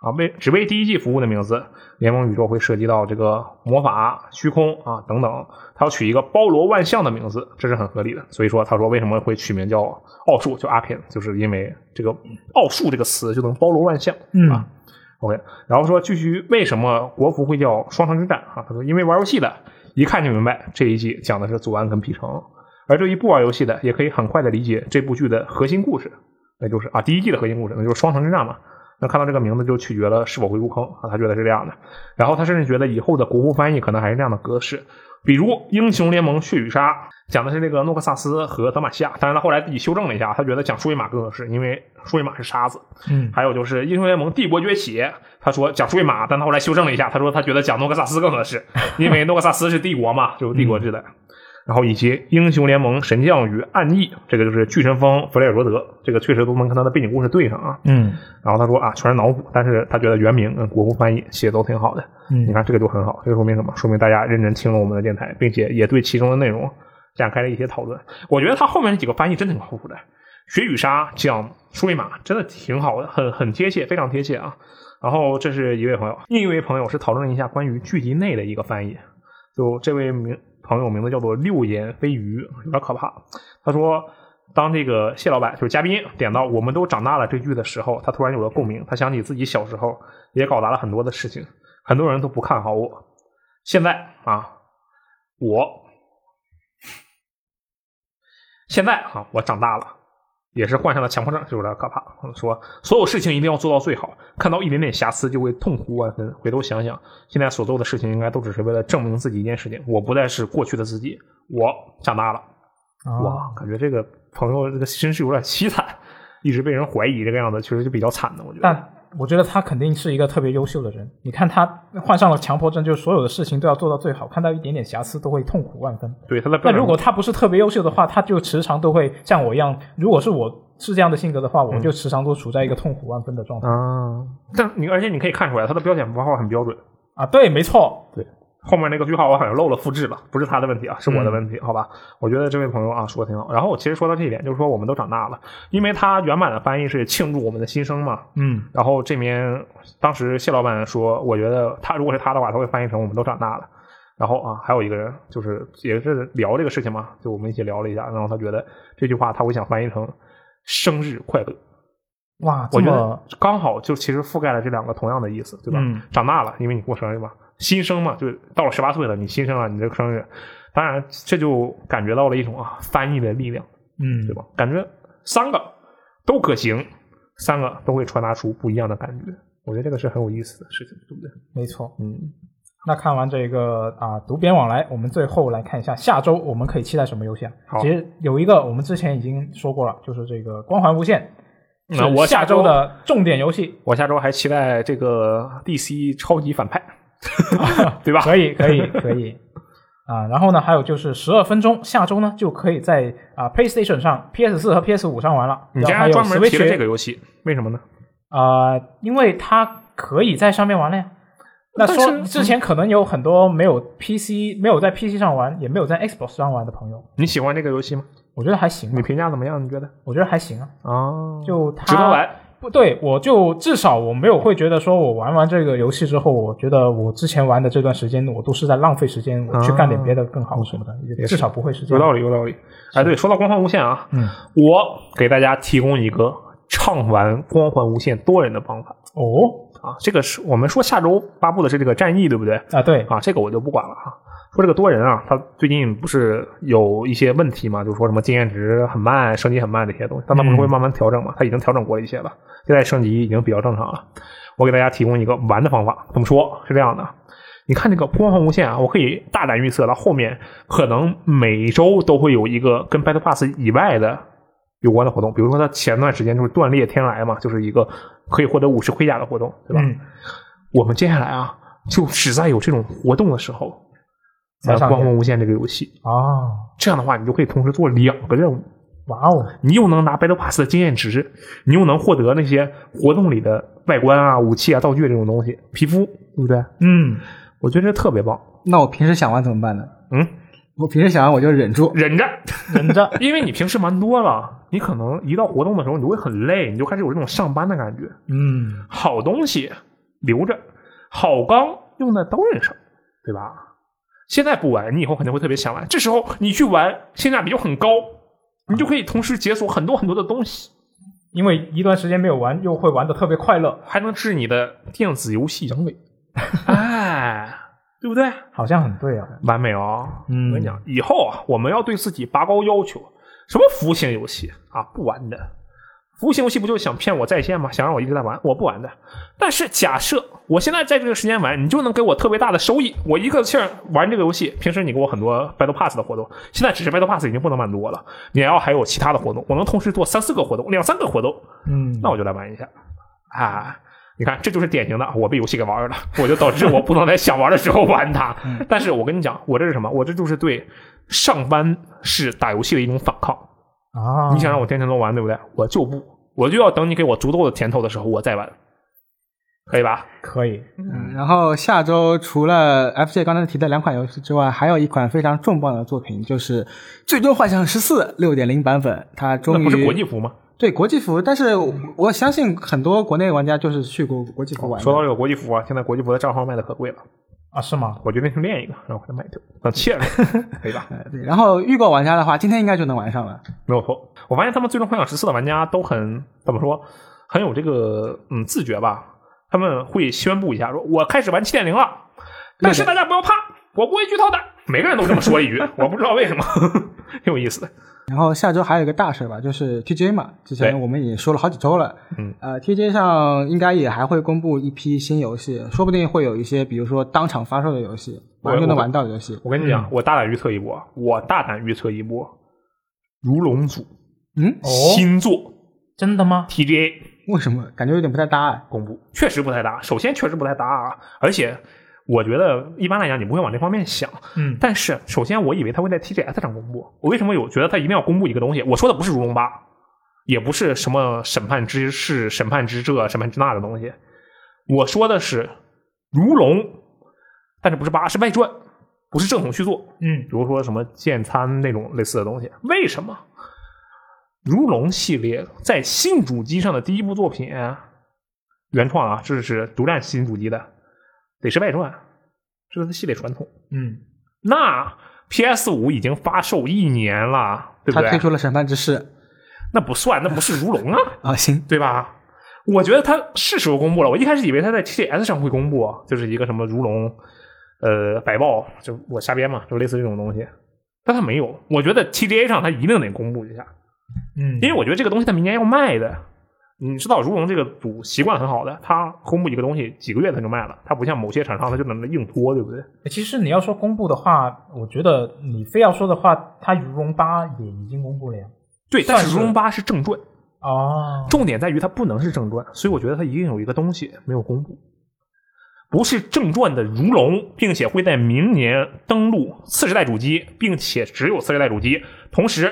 啊，为只为第一季服务的名字，联盟宇宙会涉及到这个魔法、虚空啊等等，他要取一个包罗万象的名字，这是很合理的。所以说，他说为什么会取名叫奥数，就阿 Ken，就是因为这个奥数这个词就能包罗万象。嗯啊 OK，然后说继续为什么国服会叫双城之战啊？他说因为玩游戏的一看就明白这一季讲的是祖安跟皮城，而对于不玩游戏的也可以很快的理解这部剧的核心故事，那就是啊第一季的核心故事那就是双城之战嘛。那看到这个名字就取决了是否会入坑啊，他觉得是这样的。然后他甚至觉得以后的国服翻译可能还是这样的格式，比如《英雄联盟：血与杀》讲的是那个诺克萨斯和德玛西亚，但是他后来自己修正了一下，他觉得讲舒伊玛更合适，因为舒伊玛是沙子，嗯，还有就是《英雄联盟：帝国崛起》，他说讲瑞玛，但他后来修正了一下，他说他觉得讲诺克萨斯更合适，因为诺克萨斯是帝国嘛，就是帝国制的。然后以及《英雄联盟：神将与暗翼》，这个就是巨神峰弗雷尔罗德，这个确实都能跟他的背景故事对上啊。嗯然后他说啊，全是脑补，但是他觉得原名嗯国服翻译写的都挺好的。你嗯，看这个就很好，这说明什么？说明大家认真听了我们的电台，并且也对其中的内容展开了一些讨论。我觉得他后面那几个翻译真的挺靠谱的，《雪与沙》讲舒伊玛真的挺好的，很很贴切，非常贴切啊。然后这是一位朋友，另一位朋友是讨论一下关于剧集内的一个翻译，就这位名朋友名字叫做六言飞鱼，有点可怕。他说，当这个谢老板就是嘉宾点到“我们都长大了”这句的时候，他突然有了共鸣，他想起自己小时候也搞砸了很多的事情，很多人都不看好我。现在啊，我现在啊，我长大了，也是患上了强迫症，就有点可怕。说所有事情一定要做到最好，看到一点点瑕疵就会痛苦万分。回头想想，现在所做的事情应该都只是为了证明自己一件事情，我不再是过去的自己，我长大了。啊哇，感觉这个朋友这个身世有点凄惨，一直被人怀疑这个样子，其实就比较惨的，我觉得。但我觉得他肯定是一个特别优秀的人。你看他患上了强迫症，就是所有的事情都要做到最好，看到一点点瑕疵都会痛苦万分。对他在那标准如果他不是特别优秀的话，他就时常都会像我一样，如果是我是这样的性格的话，我就时常都处在一个痛苦万分的状态、啊，但你而且你可以看出来，它的标点符号很标准。啊。对，没错，后面那个句号我好像漏了复制了，不是他的问题啊，是我的问题，好吧？我觉得这位朋友啊说的挺好。然后我其实说到这一点，就是说我们都长大了，因为他原版的翻译是庆祝我们的新生嘛。嗯，然后这边当时谢老板说，我觉得他如果是他的话，他会翻译成我们都长大了。然后啊，还有一个人就是也是聊这个事情嘛，就我们一起聊了一下，然后他觉得这句话他会想翻译成生日快乐。哇，我这觉么得刚好就其实覆盖了这两个同样的意思，对吧？嗯长大了，因为你过生日嘛，新生嘛，就到了十八岁了，你新生了，你这个生日，当然这就感觉到了一种啊翻译的力量，嗯对吧？感觉三个都可行，三个都会传达出不一样的感觉，我觉得这个是很有意思的事情，对不对？没错。嗯，那看完这个啊读编往来，我们最后来看一下下周我们可以期待什么游戏啊？好其实有一个我们之前已经说过了，就是这个《光环无限》那是我下下周周的重点游 戏，我下周还期待这个 DC 超级反派，对吧？可以，可以，可以。啊，然后呢，还有就是十二分钟，下周呢就可以在啊 PlayStation 上、PS 四和 PS 五上玩了。你然竟后还然有专门提了 Switch 这个游戏，为什么呢？啊、因为它可以在上面玩了呀。那但说是之前可能有很多没有 PC、没有在 PC 上玩，也没有在 Xbox 上玩的朋友，你喜欢这个游戏吗？我觉得还行吧你，评价怎么样？你觉得？我觉得还行啊。哦，就它值得玩。不对，我就至少我没有会觉得说我玩完这个游戏之后，我觉得我之前玩的这段时间我都是在浪费时间，我去干点别的更好什么的，也是至少不会是这啊有样。道理，有道理。哎，对，说到光环无限啊，嗯，我给大家提供一个畅玩光环无限多人的方法哦，啊。这个是我们说下周发布的是这个战役，对不对？啊对，啊，这个我就不管了啊。说这个多人啊，他最近不是有一些问题嘛，就是说什么经验值很慢、升级很慢这些东西，但他不嗯是会慢慢调整嘛？他已经调整过一些了，现在升级已经比较正常了。我给大家提供一个玩的方法，怎么说是这样的？你看这个光环无限啊，我可以大胆预测到后面可能每周都会有一个跟 Battle Pass 以外的有关的活动，比如说它前段时间就是断裂天来嘛，就是一个可以获得五十盔甲的活动，对吧？嗯，我们接下来啊，就只在有这种活动的时候才玩《上线光环无限》这个游戏。哦，这样的话，你就可以同时做两个任务，哇哦，你又能拿 Battle Pass 的经验值，你又能获得那些活动里的外观啊、武器啊、道具这种东西，皮肤，对不对？嗯，我觉得这特别棒。那我平时想玩怎么办呢？嗯，我平时想玩我就忍住，忍着，忍着，因为你平时玩多了，你可能一到活动的时候，你就会很累，你就开始有这种上班的感觉。嗯，好东西留着，好钢用在刀刃上，对吧？现在不玩，你以后肯定会特别想玩。这时候你去玩，性价比就很高，你就可以同时解锁很多很多的东西，因为一段时间没有玩，又会玩的特别快乐，还能治你的电子游戏阳痿，哎，对不对？好像很对啊。完美哦！嗯我跟你讲，以后啊，我们要对自己拔高要求，什么服务型游戏啊，不玩的。服务型游戏不就是想骗我在线吗？想让我一直在玩，我不玩的。但是假设我现在在这个时间玩，你就能给我特别大的收益。我一个劲儿玩这个游戏，平时你给我很多 Battle Pass 的活动，现在只是 Battle Pass 已经不能满足我了，你还要还有其他的活动，我能同时做三四个活动，两三个活动，嗯，那我就来玩一下啊。你看，这就是典型的我被游戏给玩了，我就导致我不能在想玩的时候玩 它。嗯但是我跟你讲，我这是什么？我这就是对上班是打游戏的一种反抗。哦啊，你想让我天天都玩，对不对？我就不，我就要等你给我足够的甜头的时候，我再玩，可以吧？可以嗯然后下周除了 FJ 刚才提的两款游戏之外，还有一款非常重磅的作品，就是《最终幻想十四六点零版本》，它那终于不是国际服吗？对国际服，但是我我相信很多国内玩家就是去过国际服玩的。说到这个国际服啊，现在国际服的账号卖的可贵了，啊，是吗？我决定去练一个，然后给它卖掉，等切 了，可以吧？呃对然后预购玩家的话，今天应该就能玩上了。没有错。我发现他们最终幻想十四的玩家都很怎么说，很有这个嗯自觉吧。他们会宣布一下，说我开始玩七点零了，但是大家不要怕，我不会剧透的。每个人都这么说一句，我不知道为什么， 挺有意思的。然后下周还有一个大事儿吧，就是 TJ 嘛，之前对我们已经说了好几周了。嗯，呃，TJ 上应该也还会公布一批新游戏，说不定会有一些，比如说当场发售的游戏，马上就能玩到的游戏。我跟你讲，我大胆预测一波，我大胆预测一波，如龙组嗯，哦，新作真的吗？ TGA 为什么感觉有点不太搭哎？公布，确实不太搭。首先确实不太搭啊，而且我觉得一般来讲你不会往这方面想，嗯，但是，首先我以为他会在 TGS 上公布。我为什么有觉得他一定要公布一个东西？我说的不是《如龙八》，也不是什么审判之是、审判之这、审判之那的东西。我说的是如龙，但是不是八，是外传，不是正统续作。嗯比如说什么剑参那种类似的东西。为什么如龙系列在新主机上的第一部作品，原创啊，这是独占新主机的，得是外传，这是它系列传统。嗯，那 PS 五已经发售一年了，对嗯不他推对？出了《审判之誓那不算，那不是如龙啊，》啊，行，对吧？我觉得它是时候公布了。我一开始以为它在 TGS 上会公布，啊就是一个什么如龙，呃，百爆，就我瞎编嘛，就类似这种东西。但它没有，我觉得 TGA 上它一定得公布一下，嗯因为我觉得这个东西它明年要卖的。你知道如龙这个组习惯很好的，它公布一个东西几个月它就卖了，它不像某些厂商它就能硬拖，对不对？其实你要说公布的话，我觉得你非要说的话，它《如龙八》也已经公布了呀。对，但是算是如龙八是正传，哦，重点在于它不能是正传，所以我觉得它一定有一个东西没有公布，不是正传的如龙，并且会在明年登陆次世代主机，并且只有次世代主机。同时，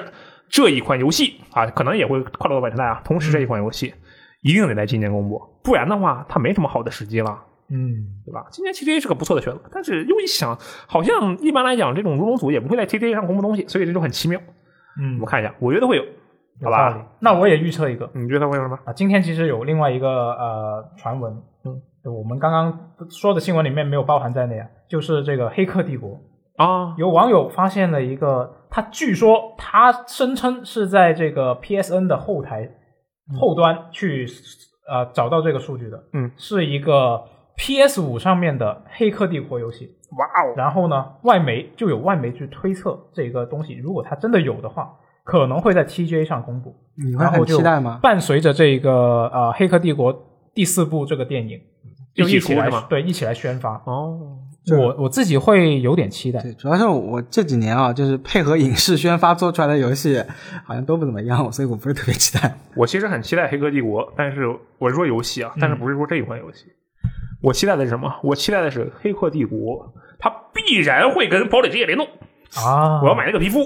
这一款游戏啊，可能也会跨到本世代啊。同时，这一款游戏一定得在今年公布，不然的话，它没什么好的时机了。嗯，对吧？今年 TGA 是个不错的选择，但是又一想，好像一般来讲，这种如龙组也不会在 TGA 上公布东西，所以这就很奇妙。嗯我们看一下，我觉得会有，有好道理吧？。那我也预测一个你觉得会有什么？啊，今天其实有另外一个呃传闻，嗯，我们刚刚说的新闻里面没有包含在内啊，就是这个《黑客帝国》，啊，有网友发现了一个，他据说他声称是在这个 PSN 的后台嗯后端去呃找到这个数据的，嗯，是一个 PS 五上面的《黑客帝国》游戏。哇哦！然后呢，外媒就有外媒去推测这个东西，如果它真的有的话，可能会在 TGA 上公布。你会然后很就期待吗？伴随着这个呃《黑客帝国》第四部这个电影，就一起起出来是吗对一起来宣发。哦，对我我自己会有点期待。对，主要是我这几年啊，就是配合影视宣发做出来的游戏，好像都不怎么样，所以我不是特别期待。 我其实很期待《黑客帝国》，但是我是说游戏啊，嗯但是不是说这一款游戏。我期待的是什么？我期待的是《黑客帝国》，它必然会跟《堡垒之夜》联动。啊！我要买那个皮肤，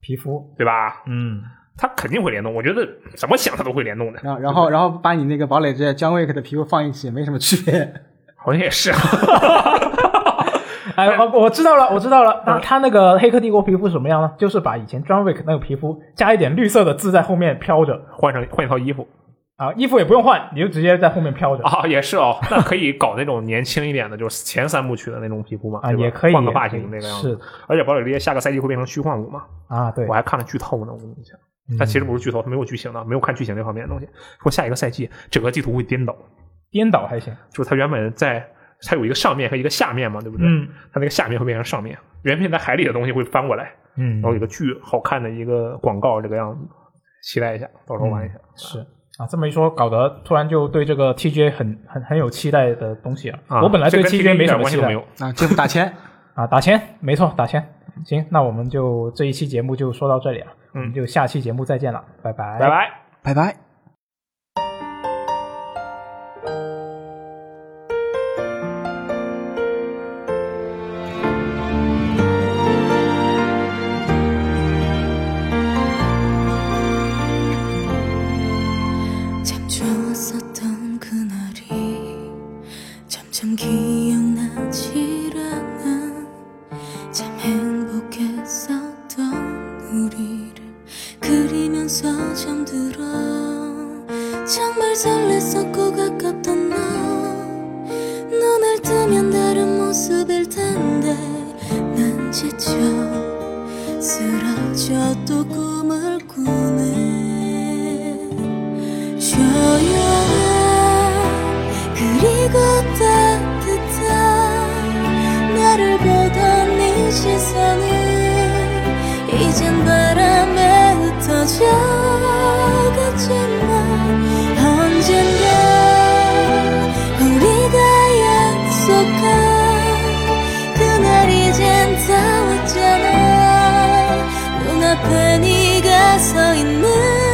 皮肤，对吧？ 嗯，它肯定会联动，我觉得怎么想它都会联动的。然后，然后，然后把你那个堡垒之夜姜维克的皮肤放一起，没什么区别。好像 也是啊。哎，我我知道嗯了，我知道了。那他那个《黑客帝国》皮肤是什么样呢？就是把以前 John Wick 那个皮肤加一点绿色的字在后面飘着换上换一套衣服啊，衣服也不用换，你就直接在后面飘着。啊，也是哦。那可以搞那种年轻一点的，就是前三部曲的那种皮肤嘛，啊，对吧也可以换个发也型可以那个样子。是而且《堡垒之夜》下个赛季会变成虚幻五嘛？啊，对嗯我，还看了剧透呢，我跟你讲。但其实不是剧透，它没有剧情的，啊没有看剧情这方面的东西。说下一个赛季整个地图会颠倒，颠倒还行。就是它原本在它有一个上面和一个下面嘛，对不对？嗯它那个下面会变成上面，原本在海里的东西会翻过来，嗯然后有一个巨好看的一个广告，这个样子，期待一下，到时候玩一下。是啊，这么一说，搞得突然就对这个 TGA 很很很有期待的东西了。啊我本来对这跟 TGA 一没什点么关期系都没待有。啊，这不 打钱，啊，打钱，没错，打钱。行，那我们就这一期节目就说到这里啊，我们就下期节目再见了，拜拜，嗯拜拜。拜拜。 참 좋았었던 그날이 점점 기억나질 않아 참 행복했었던 우리를 그리면서 잠들어 정말 설렜었고 가깝던 너 눈을 뜨면 다른 모습일 텐데 난 지쳐 쓰러져 또 꿈을 꾸네 조용한 그리고 따뜻한 나를 보던 네 시선은 이젠 바람에 흩어져갔지만 언젠가 우리가 약속한 그날 이젠 다 왔잖아 눈앞에 네가 서 있는